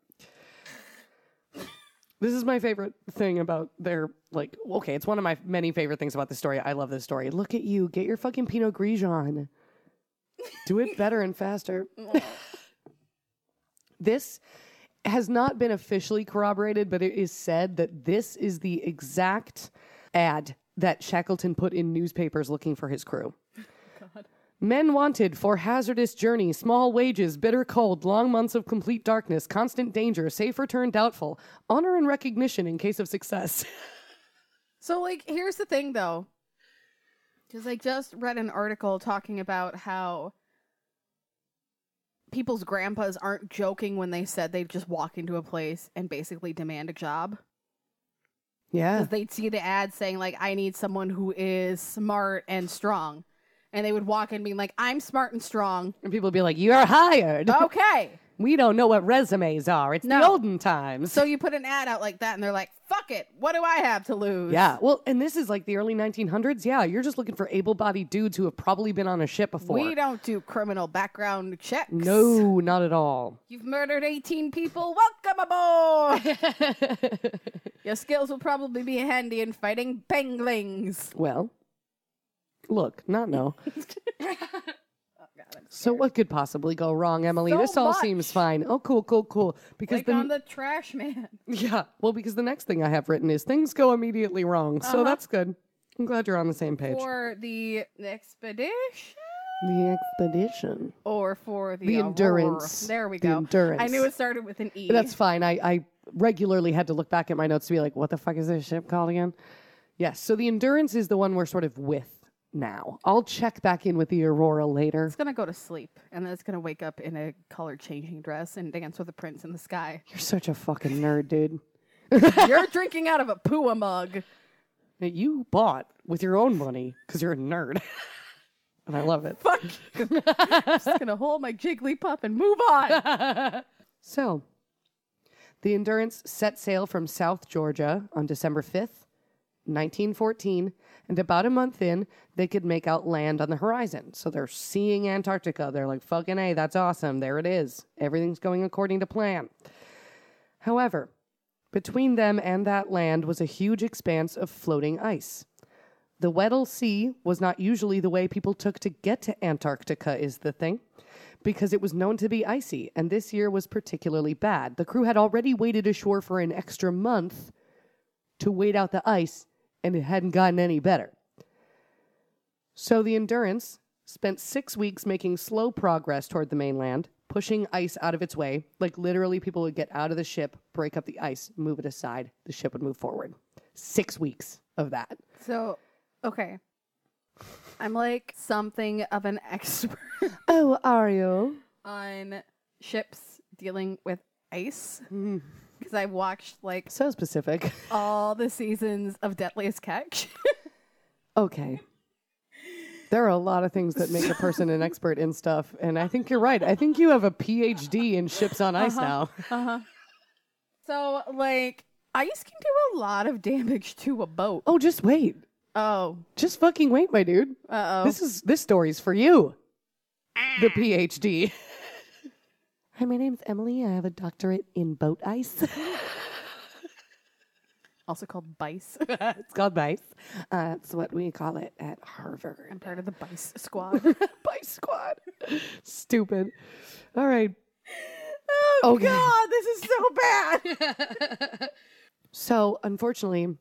This is my favorite thing about their like. Okay, it's one of my many favorite things about this story. I love this story. Look at you. Get your fucking Pinot Grigio on. Do it better and faster. this has not been officially corroborated, but it is said that this is the exact ad that Shackleton put in newspapers looking for his crew. Men wanted for hazardous journey, small wages, bitter cold, long months of complete darkness, constant danger, safe return doubtful, honor and recognition in case of success.
So, like, here's the thing, though. Because I just read an article talking about how people's grandpas aren't joking when they said they'd just walk into a place and basically demand a job.
Yeah.
Because they'd see the ad saying, like, I need someone who is smart and strong. And they would walk in being like, I'm smart and strong.
And people would be like, You're hired.
Okay.
We don't know what resumes are. It's the
No.
olden times.
so you put an ad out like that and they're like, fuck it. What do I have to lose?
Yeah. Well, and this is like the early 1900s. Yeah. You're just looking for able bodied dudes who have probably been on a ship before.
We don't do criminal background checks.
no, not at all.
You've murdered 18 people. Welcome aboard. Your skills will probably be handy in fighting penguins.
Well, look, not no. So what could possibly go wrong, Emily?
So
this all
much.
seems fine. Oh, cool, cool, cool. Because
Like
the,
on the trash man.
yeah, well, because the next thing I have written is things go immediately wrong. So that's good. I'm glad you're on the same page.
Uh-huh. For the expedition
the expedition.
or for the,
The
Aurora?
endurance.
There we
The
go.
endurance.
I knew it started with an E.
That's fine. I, I regularly had to look back at my notes to be like, what the fuck is this ship called again? Yes. So the endurance is the one we're sort of with now. I'll check back in with the Aurora later.
It's gonna go to sleep and then it's gonna wake up in a color changing dress and dance with a prince in the sky.
You're such a fucking nerd, dude.
You're drinking out of a pua mug.
That you bought with your own money because you're a nerd. and I love it.
Fuck. you. I'm just gonna hold my Jigglypuff and move on.
So, the Endurance set sail from South Georgia on December 5th, 1914, and about a month in, they could make out land on the horizon. So they're seeing Antarctica. They're like, fucking A, that's awesome. There it is. Everything's going according to plan. However, between them and that land was a huge expanse of floating ice. The Weddell Sea was not usually the way people took to get to Antarctica, is the thing, because it was known to be icy, and this year was particularly bad. The crew had already waded ashore for an extra month to wait out the ice, and it hadn't gotten any better. So the Endurance spent six weeks making slow progress toward the mainland, pushing ice out of its way. Like literally, people would get out of the ship, break up the ice, move it aside, the ship would move forward. Six weeks of that.
So, okay. I'm like something of an expert
Oh, Ariel.
on ships dealing with ice because I watched like
So specific.
all the seasons of Deadliest Catch.
Okay. There are a lot of things that make a person an expert in stuff, and I think you're right. I think you have a PhD in ships on ice now.
so, like, ice can do a lot of damage to a boat.
Oh, just wait.
Oh,
Just fucking wait, my dude.
uh oh.
This is this story's for you. The PhD. Hi, my name's Emily. I have a doctorate in boat ice.
Also called Bice.
it's called BICE. Uh, it's what we call it at Harvard.
I'm part of the Bice squad.
BICE squad. Stupid. All right.
oh,
Okay.
God, this is so bad.
So unfortunately,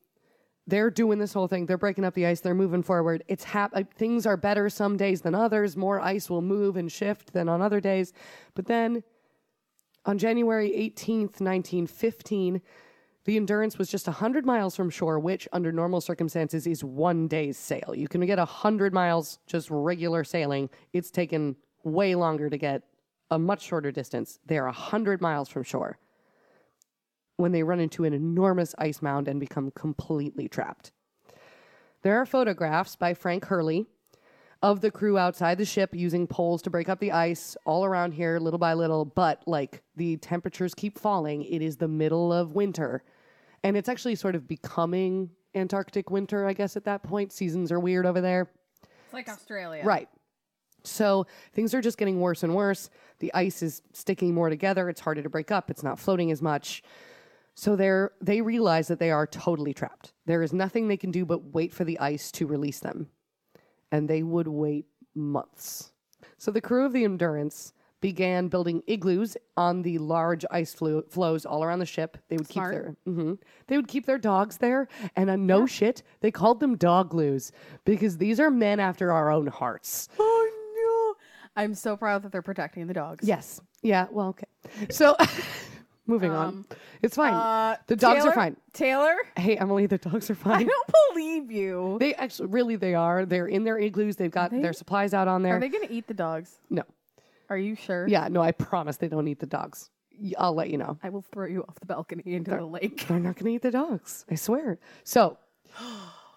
they're doing this whole thing. They're breaking up the ice. They're moving forward. It's hap- uh, things are better some days than others. More ice will move and shift than on other days. But then, on January eighteenth, nineteen fifteen, the Endurance was just hundred miles from shore, which under normal circumstances is one day's sail. You can get hundred miles just regular sailing. It's taken way longer to get a much shorter distance. They are hundred miles from shore when they run into an enormous ice mound and become completely trapped. There are photographs by Frank Hurley of the crew outside the ship using poles to break up the ice all around here, little by little, but like the temperatures keep falling. It is the middle of winter. And it's actually sort of becoming Antarctic winter, I guess, at that point. Seasons are weird over there.
It's like Australia.
Right. So things are just getting worse and worse. The ice is sticking more together. It's harder to break up. It's not floating as much. So they're they realize that they are totally trapped. There is nothing they can do but wait for the ice to release them. And they would wait months. So the crew of the Endurance began building igloos on the large ice flo- floes all around the ship. They would
Smart.
keep their hmm they would keep their dogs there, and uh, no shit, they called them dogloos because these are men after our own hearts.
Oh, no. I'm so proud that they're protecting the dogs.
Yes. Yeah. Well. Okay. So, moving on. It's fine. the dogs
Um, Uh, Taylor-
are fine.
Taylor,
Hey, Emily, the dogs are
I
fine.
don't believe you.
They actually, really, they are. They're in their igloos. They've got their supplies out on there.
Are they going to eat the dogs?
no.
Are you sure?
Yeah. No. I promise they don't eat the dogs. Y- I'll let you know.
I will throw you off the balcony into the lake.
They're not going to eat the dogs. I swear. So,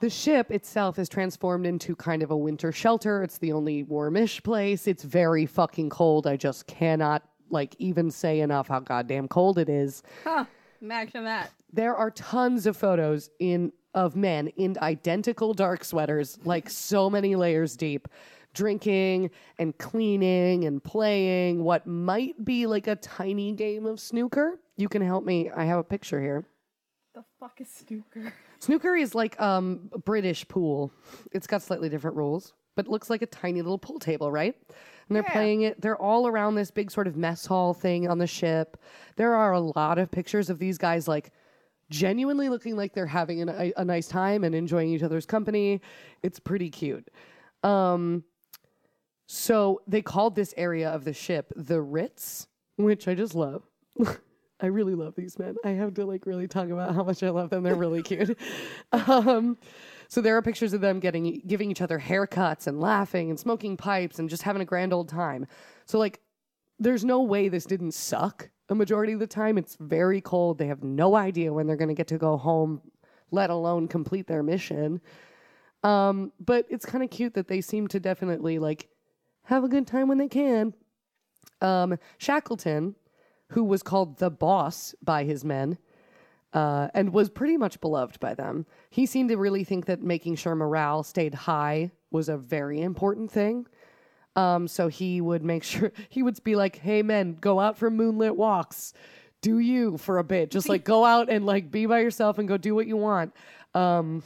the ship itself is transformed into kind of a winter shelter. It's the only warmish place. It's very fucking cold. I just cannot like even say enough how goddamn cold it is.
Huh. Imagine that.
there are tons of photos in of men in identical dark sweaters, like so many layers deep, drinking and cleaning and playing what might be like a tiny game of snooker. You can help me. I have a picture here.
The fuck is snooker?
Snooker is like um British pool. It's got slightly different rules, but it looks like a tiny little pool table, right? And they're
Yeah.
playing it. They're all around this big sort of mess hall thing on the ship. There are a lot of pictures of these guys like genuinely looking like they're having an, a, a nice time and enjoying each other's company. It's pretty cute. Um, so they called this area of the ship the Ritz, which I just love. I really love these men. I have to like really talk about how much I love them. They're really cute. Um, so there are pictures of them getting giving each other haircuts and laughing and smoking pipes and just having a grand old time. So like there's no way this didn't suck a majority of the time. It's very cold. They have no idea when they're going to get to go home, let alone complete their mission. Um, but it's kind of cute that they seem to definitely like have a good time when they can. Um, Shackleton, who was called the boss by his men, uh, and was pretty much beloved by them. He seemed to really think that making sure morale stayed high was a very important thing. Um, so he would make sure he would be like, "Hey, men, go out for moonlit walks. Do you for a bit? Just like go out and like be by yourself and go do what you want." Um,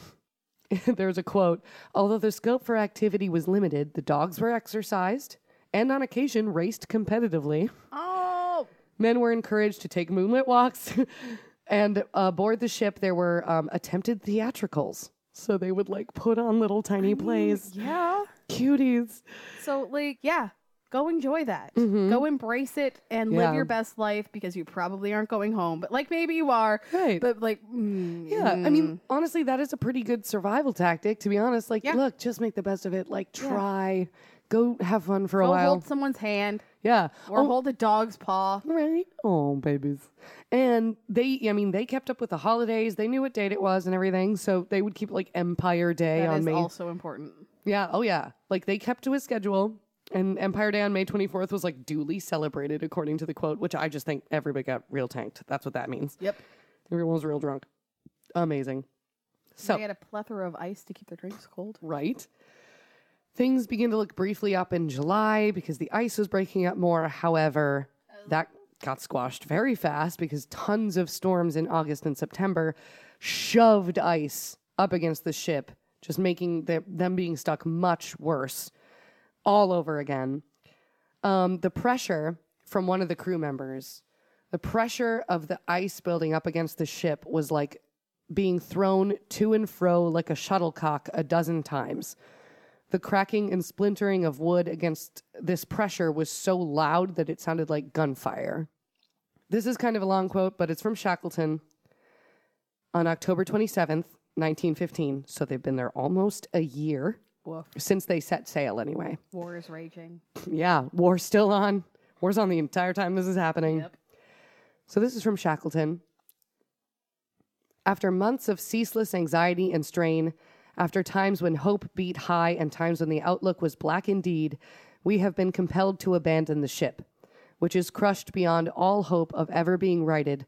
there's a quote although the scope for activity was limited the dogs were exercised and on occasion raced competitively
Oh,
men were encouraged to take moonlit walks and aboard the ship there were um, attempted theatricals so they would like put on little tiny plays
yeah.
cuties
So, like, yeah, go enjoy that. Go embrace it and
Yeah.
live your best life because you probably aren't going home, but like maybe you are.
Right.
But like, mm,
yeah i mean honestly that is a pretty good survival tactic to be honest like
Yeah.
look just make the best of it like try go have fun for a
go
while
hold someone's hand
yeah
or hold a dog's paw.
Right. Oh, babies. And they, I mean, they kept up with the holidays. They knew what date it was and everything. So they would keep like Empire Day
That
on
is
May.
also important.
yeah. Oh, yeah. Like they kept to a schedule. And Empire Day on May 24th was like duly celebrated, according to the quote, which I just think everybody got real tanked. That's what that means.
Yep.
Everyone was real drunk. Amazing. So,
They had a plethora of ice to keep their drinks cold.
right? Things begin to look briefly up in July because the ice was breaking up more. However, that got squashed very fast because tons of storms in August and September shoved ice up against the ship, just making the, them being stuck much worse all over again. Um, the pressure from one of the crew members, the pressure of the ice building up against the ship was like being thrown to and fro like a shuttlecock a dozen times. The cracking and splintering of wood against this pressure was so loud that it sounded like gunfire. This is kind of a long quote, but it's from Shackleton on October 27th, 1915. So they've been there almost a year
Woof.
since they set sail, anyway.
War is raging.
Yeah, war's still on. War's on the entire time this is happening.
Yep.
So this is from Shackleton. After months of ceaseless anxiety and strain, after times when hope beat high and times when the outlook was black indeed, we have been compelled to abandon the ship, which is crushed beyond all hope of ever being righted.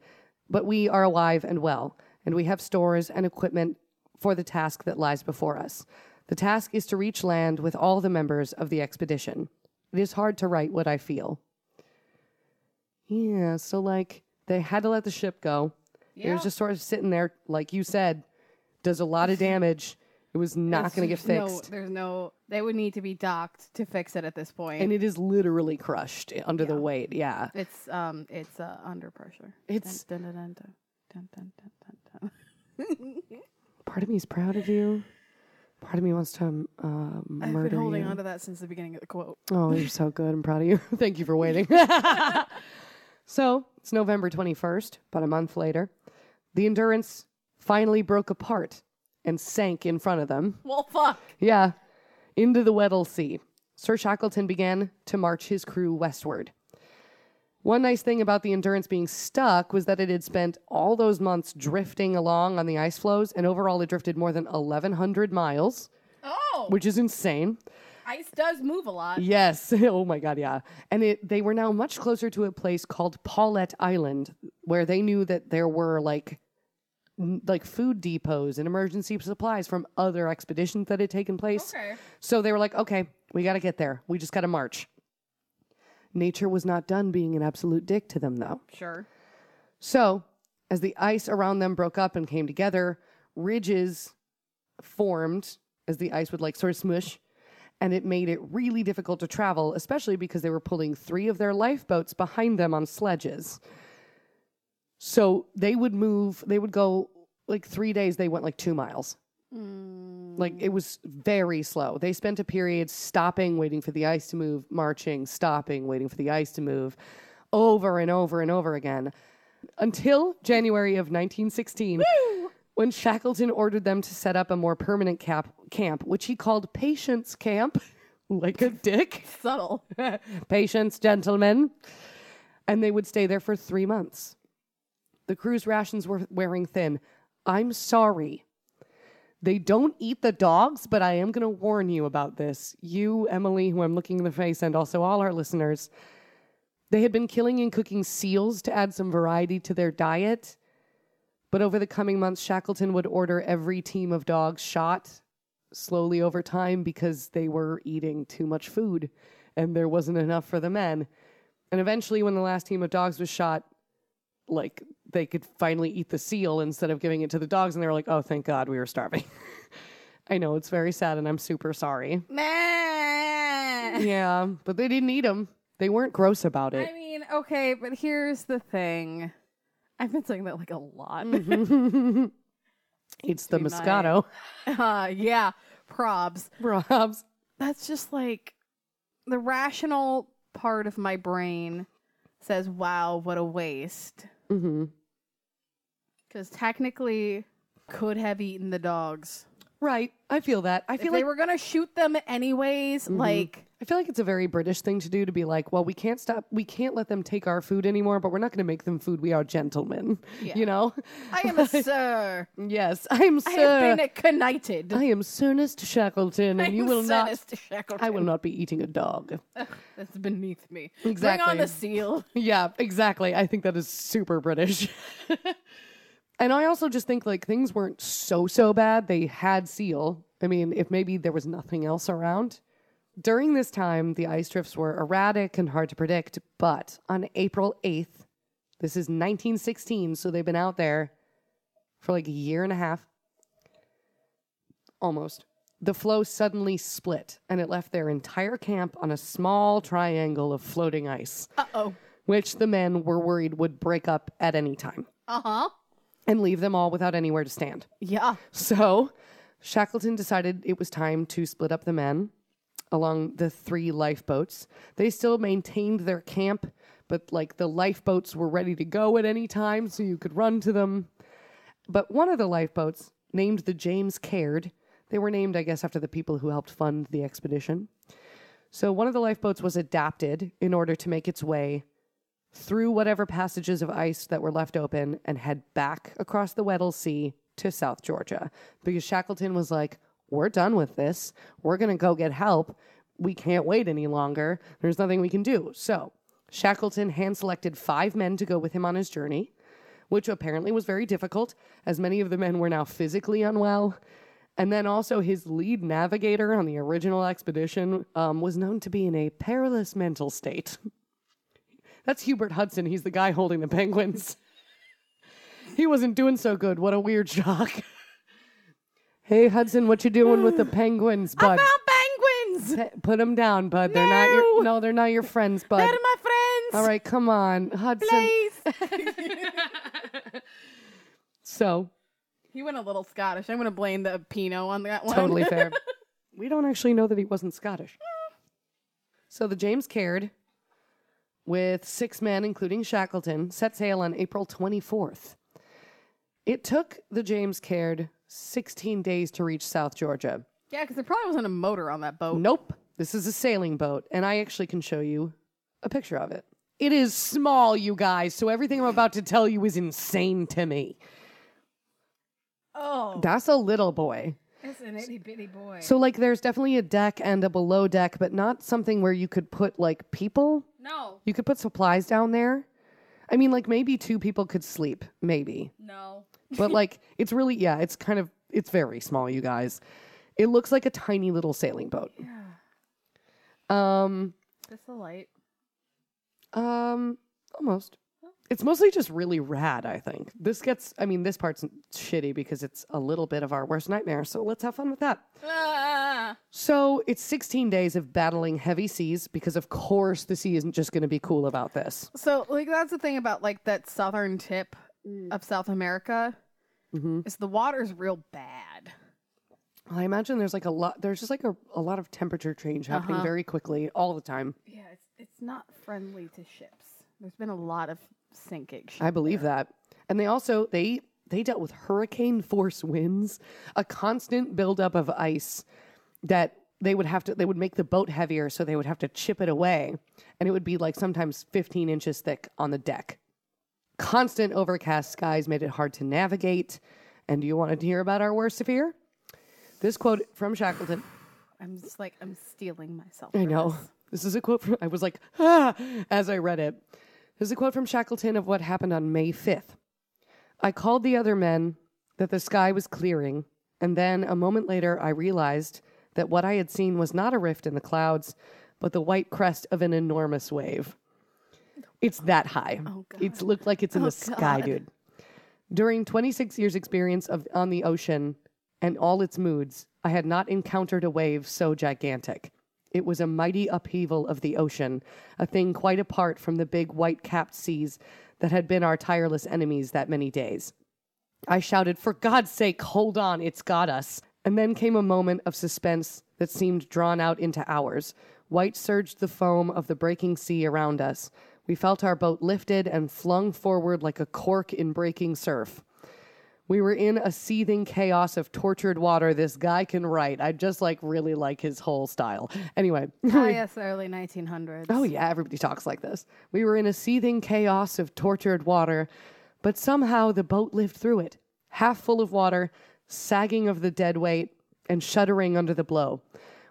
But we are alive and well, and we have stores and equipment for the task that lies before us. The task is to reach land with all the members of the expedition. It is hard to write what I feel. Yeah, so like they had to let the ship go. It
Yeah.
was just sort of sitting there, like you said, does a lot of damage. It was not going to get
There's
fixed.
No, there's no. They would need to be docked to fix it at this point.
And it is literally crushed under the weight. Yeah.
it's um, it's uh, under pressure.
It's-
Dun, dun, dun, dun, dun, dun, dun, dun, dun.
Part of me is proud of you. Part of me wants to uh,
I've
murder
been holding
you.
on to that since the beginning of the quote.
Oh, you're so good. I'm proud of you. Thank you for waiting. so it's November 21st, about a month later. The Endurance finally broke apart and sank in front of them.
Well, fuck.
Yeah. Into the Weddell Sea. Sir Shackleton began to march his crew westward. One nice thing about the Endurance being stuck was that it had spent all those months drifting along on the ice floes, and overall it drifted more than 1,100 miles,
Oh,
which is insane.
ice does move a lot.
Yes. Oh my God. Yeah. And it, they were now much closer to a place called Paulette Island, where they knew that there were like, n- like food depots and emergency supplies from other expeditions that had taken place.
Okay.
So they were like, okay, we got to get there. We just got to march. Nature was not done being an absolute dick to them, though.
Sure.
So, as the ice around them broke up and came together, ridges formed as the ice would like sort of smush, and it made it really difficult to travel, especially because they were pulling three of their lifeboats behind them on sledges. So they would move, they would go like three days, they went like two miles. Like it was very slow. They spent a period stopping, waiting for the ice to move, marching, stopping, waiting for the ice to move over and over and over again until January of 1916 when Shackleton ordered them to set up a more permanent cap- camp, which he called Patience Camp, like a dick.
Subtle.
Patience, gentlemen. And they would stay there for three months. The crew's rations were wearing thin. I'm sorry. They don't eat the dogs, but I am going to warn you about this. You, Emily, who I'm looking in the face, and also all our listeners, they had been killing and cooking seals to add some variety to their diet. But over the coming months, Shackleton would order every team of dogs shot slowly over time because they were eating too much food and there wasn't enough for the men. And eventually, when the last team of dogs was shot, like they could finally eat the seal instead of giving it to the dogs. And they were like, oh, thank God we were starving. I know it's very sad and I'm super sorry.
Meh.
yeah, but they didn't eat them. They weren't gross about it.
I mean, okay, but here's the thing. I've been saying that like a lot.
it's the
be my-
Moscato. Mm-hmm.
uh, yeah, probs.
Rob's.
That's just like the rational part of my brain says, wow, what a waste.
hmm
Because technically, could have eaten the dogs.
Right. I feel that. I
If
feel like Mm-hmm.
they were going to shoot them anyways, like,
I feel like it's a very British thing to do to be like, well, we can't stop, we can't let them take our food anymore, but we're not going to make them food. We are gentlemen,
Yeah.
you know.
I am a sir.
Yes, I am
I
sir.
have been knighted.
I am Cernest Shackleton, and you will not. I will not be eating a dog.
That's beneath me. Bring
Exactly.
on the seal.
yeah, exactly. I think that is super British. and I also just think like things weren't so so bad. They had seal. I mean, if maybe there was nothing else around. During this time, the ice drifts were erratic and hard to predict, but on April 8th, this is 1916, so they've been out there for like a year and a half. Almost. The floe suddenly split, and it left their entire camp on a small triangle of floating ice
Uh oh.
which the men were worried would break up at any time
Uh huh.
and leave them all without anywhere to stand.
Yeah.
So Shackleton decided it was time to split up the men along the three lifeboats. They still maintained their camp, but like the lifeboats were ready to go at any time, so you could run to them. But one of the lifeboats, named the James Caird, they were named, I guess, after the people who helped fund the expedition. So one of the lifeboats was adapted in order to make its way through whatever passages of ice that were left open and head back across the Weddell Sea to South Georgia because Shackleton was like, We're done with this. We're going to go get help. We can't wait any longer. There's nothing we can do. So Shackleton hand selected five men to go with him on his journey, which apparently was very difficult, as many of the men were now physically unwell. And then also, his lead navigator on the original expedition um, was known to be in a perilous mental state. That's Hubert Hudson. He's the guy holding the penguins. he wasn't doing so good. What a weird shock. hey Hudson, what you doing with the penguins, bud?
penguins.
Put 'em Put them down, bud. They're not your
No.
no, they're not your friends, bud.
They're my friends.
All right, come on, Hudson. So
he went a little Scottish. I'm going to blame the Pinot on that one.
totally fair. We don't actually know that he wasn't Scottish. So the James Caird, with six men, including Shackleton, set sail on April 24th. It took the James Caird 16 days to reach South Georgia.
Yeah, because there probably wasn't a motor on that boat.
Nope, this is a sailing boat, and I actually can show you a picture of it. It is small, you guys, so everything I'm about to tell you is insane to me.
Oh,
That's a little boy.
it's an itty bitty boy.
So, like, there's definitely a deck and a below deck, but not something where you could put like people.
No,
You could put supplies down there. I mean, like maybe two people could sleep, maybe.
no.
But like it's really yeah, it's kind of it's very small, you guys. It looks like a tiny little sailing boat. Um
This a light.
um almost. It's mostly just really rad, I think. This gets I mean, this part's shitty because it's a little bit of our worst nightmare, so let's have fun with that.
Ah.
So it's 16 days of battling heavy seas because, of course, the sea isn't just going to be cool about this.
So like that's the thing about like that southern tip of South America
Mm-hmm.
is the water's real bad.
I imagine there's like a lot, there's just like a, a lot of temperature change happening very quickly all the time.
Yeah, it's it's not friendly to ships. There's been a lot of sinking.
I believe that. And they also they they dealt with hurricane force winds, a constant buildup of ice that they would have to they would make the boat heavier so they would have to chip it away and it would be like sometimes 15 inches thick on the deck. Constant overcast skies made it hard to navigate. And do you want to hear about our worst of fear? This quote from Shackleton
I'm just like I'm stealing myself.
I
for
know.
this.
This is a quote from, I was like, ah, as I read it. This is a quote from Shackleton of what happened on May 5th. I called the other men that the sky was clearing, and then a moment later I realized that what I had seen was not a rift in the clouds, but the white crest of an enormous wave. It's that high. It's looked like it's in the sky, dude. During 26 years' experience of on the ocean and all its moods, I had not encountered a wave so gigantic. It was a mighty upheaval of the ocean, a thing quite apart from the big white capped seas that had been our tireless enemies that many days. I shouted, For God's sake, hold on, it's got us. And then came a moment of suspense that seemed drawn out into hours. White surged the foam of the breaking sea around us. We felt our boat lifted and flung forward like a cork in breaking surf. We were in a seething chaos of tortured water. This guy can write. I just like really like his whole style. Anyway.
Ah, yes, the early 1900s.
Oh, yeah, everybody talks like this. We were in a seething chaos of tortured water, but somehow the boat lived through it, half full of water, sagging of the dead weight, and shuddering under the blow.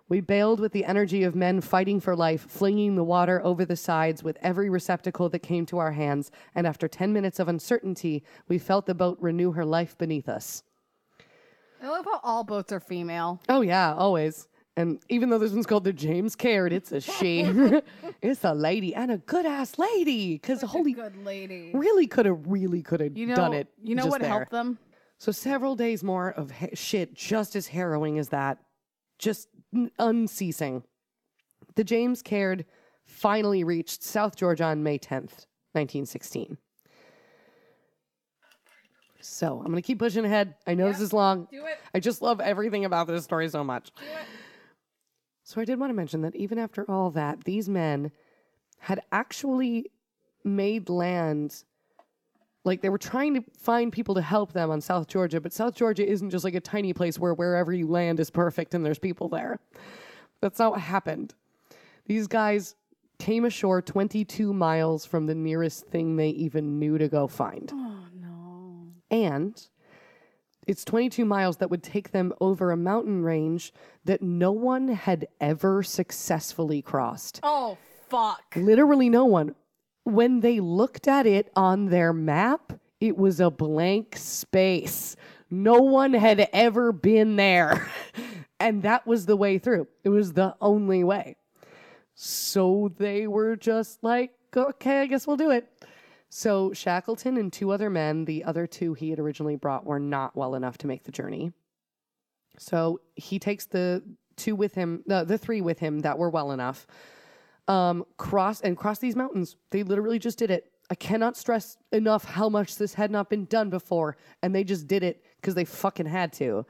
We bailed with the energy of men fighting for life, flinging the water over the sides with every receptacle that came to our hands, and after 10 minutes of uncertainty, we felt the boat renew her life beneath us.
I love how all boats are female.
Oh yeah, always. And even though this one's called the James Caird, it's a she. it's a lady and a good ass lady. Because holy,
Good lady.
really could have, really could have
You know,
done it.
You know
just
what
there.
helped them?
So several days more of ha- shit, just as harrowing as that, just n- unceasing. The James Caird finally reached South Georgia on May 10th, 1916. So I'm going to keep pushing ahead. I know this is long.
Do it.
I just love everything about this story so much. So I did want to mention that even after all that, these men had actually made land. Like they were trying to find people to help them on South Georgia, but South Georgia isn't just like a tiny place where wherever you land is perfect and there's people there. That's not what happened. These guys came ashore 22 miles from the nearest thing they even knew to go find.
Oh no.
And it's 22 miles that would take them over a mountain range that no one had ever successfully crossed.
Oh fuck.
Literally, no one. When they looked at it on their map, it was a blank space. No one had ever been there. and that was the way through, it was the only way. So they were just like, okay, I guess we'll do it. So Shackleton and two other men, the other two he had originally brought, were not well enough to make the journey. So he takes the two with him, the, the three with him that were well enough, um, cross and cross these mountains. They literally just did it. I cannot stress enough how much this had not been done before, and they just did it because they fucking had to.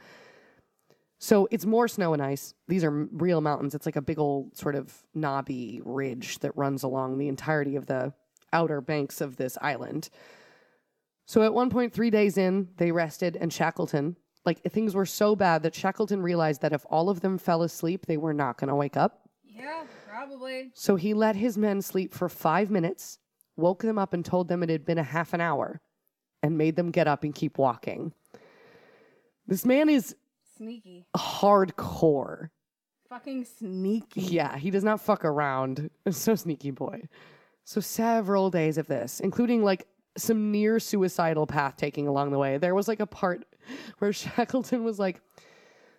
So it's more snow and ice. These are m- real mountains. It's like a big old sort of knobby ridge that runs along the entirety of the outer banks of this island. So at one point, three days in, they rested, and Shackleton, like things were so bad that Shackleton realized that if all of them fell asleep, they were not going to wake up.
Yeah, probably.
So he let his men sleep for five minutes, woke them up, and told them it had been a half an hour, and made them get up and keep walking. This man is
Sneaky.
hardcore.
Fucking sneaky.
Yeah, he does not fuck around. So sneaky boy. So several days of this, including like some near suicidal path taking along the way. There was like a part where Shackleton was like,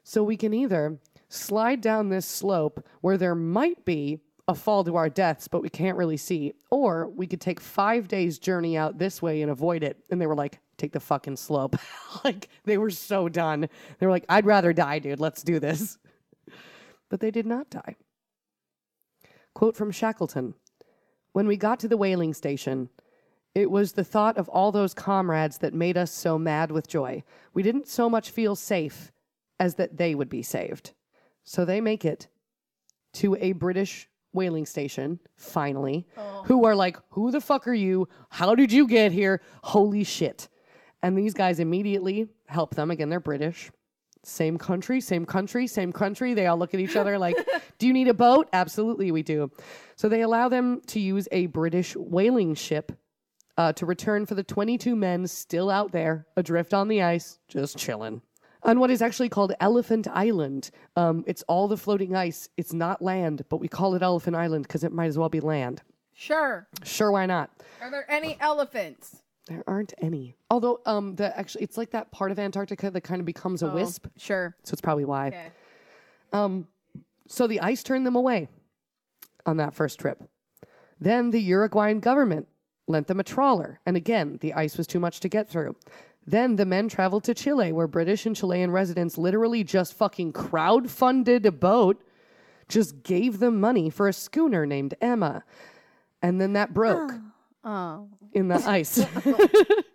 "So we can either slide down this slope where there might be a fall to our deaths, but we can't really see, or we could take five days journey out this way and avoid it." And they were like, "Take the fucking slope!" like they were so done. They were like, "I'd rather die, dude. Let's do this." but they did not die. Quote from Shackleton When we got to the whaling station, it was the thought of all those comrades that made us so mad with joy. We didn't so much feel safe as that they would be saved. So they make it to a British whaling station, finally, who are like, Who the fuck are you? How did you get here? Holy shit. And these guys immediately help them. Again, they're British. Same country, same country, same country. They all look at each other like, Do you need a boat? Absolutely, we do. So they allow them to use a British whaling ship uh, to return for the 22 men still out there, adrift on the ice, just chilling. On what is actually called Elephant Island. Um, it's all the floating ice. It's not land, but we call it Elephant Island because it might as well be land.
Sure.
Sure, why not?
Are there any elephants?
There aren't any. Although, um, the actually, it's like that part of Antarctica that kind of becomes a wisp.
Sure.
So it's probably why. Um,
Okay.
So the ice turned them away on that first trip. Then the Uruguayan government lent them a trawler, and again, the ice was too much to get through. Then the men traveled to Chile, where British and Chilean residents literally just fucking crowdfunded a boat, just gave them money for a schooner named Emma. And then that broke
Oh.
in the ice.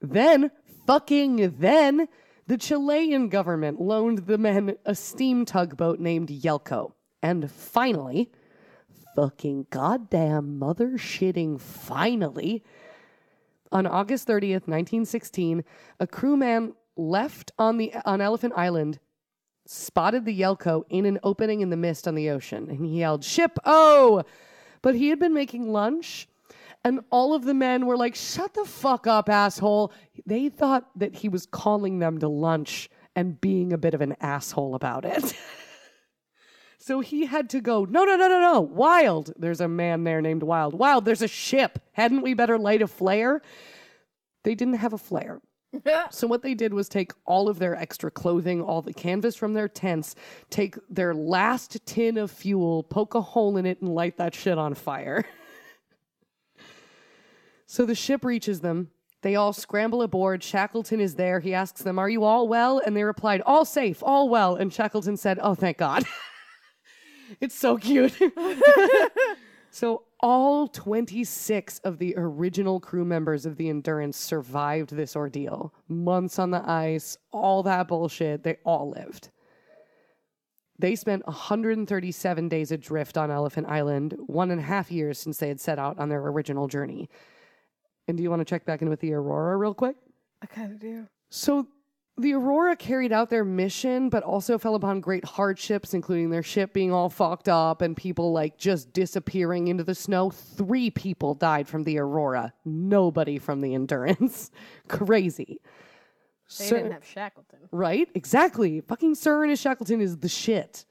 then, fucking then, the Chilean government loaned the men a steam tugboat named Yelko. And finally, fucking goddamn mother shitting finally, on August 30th, 1916, a crewman left on the on Elephant Island spotted the Yelko in an opening in the mist on the ocean and he yelled, Ship oh! But he had been making lunch and all of the men were like, Shut the fuck up, asshole. They thought that he was calling them to lunch and being a bit of an asshole about it. so he had to go, No, no, no, no, no. Wild. There's a man there named Wild. Wild, there's a ship. Hadn't we better light a flare? They didn't have a flare. So what they did was take all of their extra clothing, all the canvas from their tents, take their last tin of fuel, poke a hole in it, and light that shit on fire. so the ship reaches them. They all scramble aboard. Shackleton is there. He asks them, Are you all well? And they replied, All safe, all well. And Shackleton said, Oh, thank God. it's so cute. So all 26 of the original crew members of the Endurance survived this ordeal. Months on the ice, all that bullshit, they all lived. They spent 137 days adrift on Elephant Island, one and a half years since they had set out on their original journey. And do you want to check back in with the Aurora real quick?
I kind of do.
So the Aurora carried out their mission, but also fell upon great hardships, including their ship being all fucked up and people like just disappearing into the snow. Three people died from the Aurora, nobody from the Endurance. Crazy.
They
Cer-
didn't have Shackleton.
Right? Exactly. Fucking Sir Ernest Shackleton is the shit.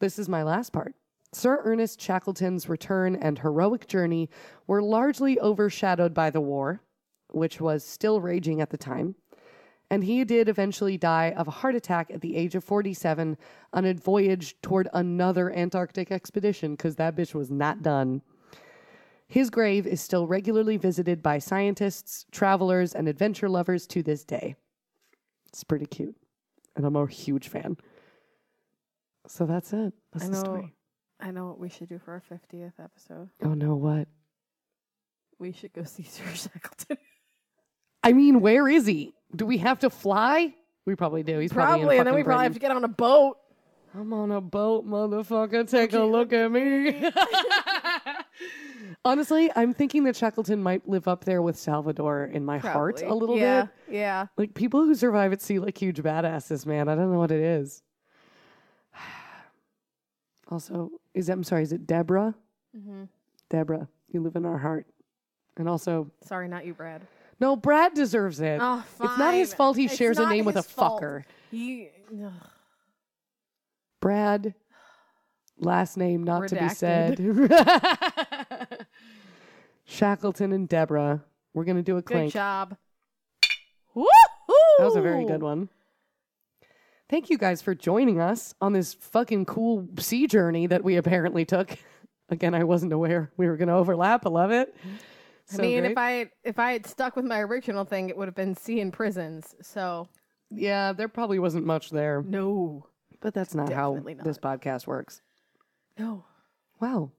This is my last part. Sir Ernest Shackleton's return and heroic journey were largely overshadowed by the war, which was still raging at the time. And he did eventually die of a heart attack at the age of 47 on a voyage toward another Antarctic expedition because that bitch was not done. His grave is still regularly visited by scientists, travelers, and adventure lovers to this day. It's pretty cute. And I'm a huge fan. So that's it. That's
I
the
know.
story.
I know what we should do for our 50th episode.
Oh no, what?
We should go see Sir Shackleton.
I mean, where is he? Do we have to fly? We probably do. He's probably, in
and then we
fucking
probably have
Britain.
to get on a boat.
I'm on a boat, motherfucker. Take a look at me. Honestly, I'm thinking that Shackleton might live up there with Salvador in my heart a
Probably.
little
yeah,
bit.
Yeah.
Like people who survive at sea like huge badasses, man. I don't know what it is. Also, is that, I'm sorry, is it Deborah?
Mm-hmm.
Deborah, you live in our heart. And also,
Sorry, not you, Brad.
no, Brad deserves it.
Oh, fine.
It's not his fault he
It's
shares a
not
name with a
his fault.
fucker.
He, ugh.
Brad, last name not to be said. Shackleton and Deborah. We're going to do a
good
clink.
job.
That was a very good one. Thank you guys for joining us on this fucking cool sea journey that we apparently took. Again, I wasn't aware we were going to overlap. I love it.
I
So
mean,
great.
if I had- if I had stuck with my original thing, it would have been sea in prisons. So
yeah, there probably wasn't much there.
no,
But that's not how
Definitely not.
this podcast works.
No.
Wow.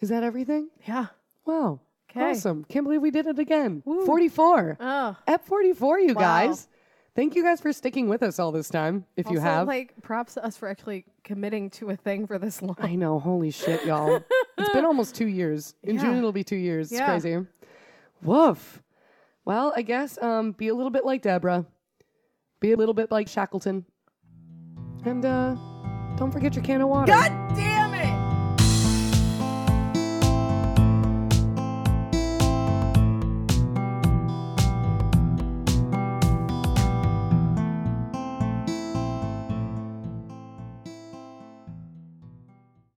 Is that everything?
Yeah.
Wow.
'Kay.
Awesome. Can't believe we did it again. 44.
Oh.
At 44, you
Wow.
guys. Thank you guys for sticking with us all this time. If you
also,
have.
like props to us for actually committing to a thing for this long.
I know. Holy shit, y'all. it's been almost two years. In
Yeah.
June, it'll be two years.
Yeah.
It's crazy. Woof. Well, I guess um, be a little bit like Deborah, be a little bit like Shackleton. And uh, don't forget your can of water.
God damn.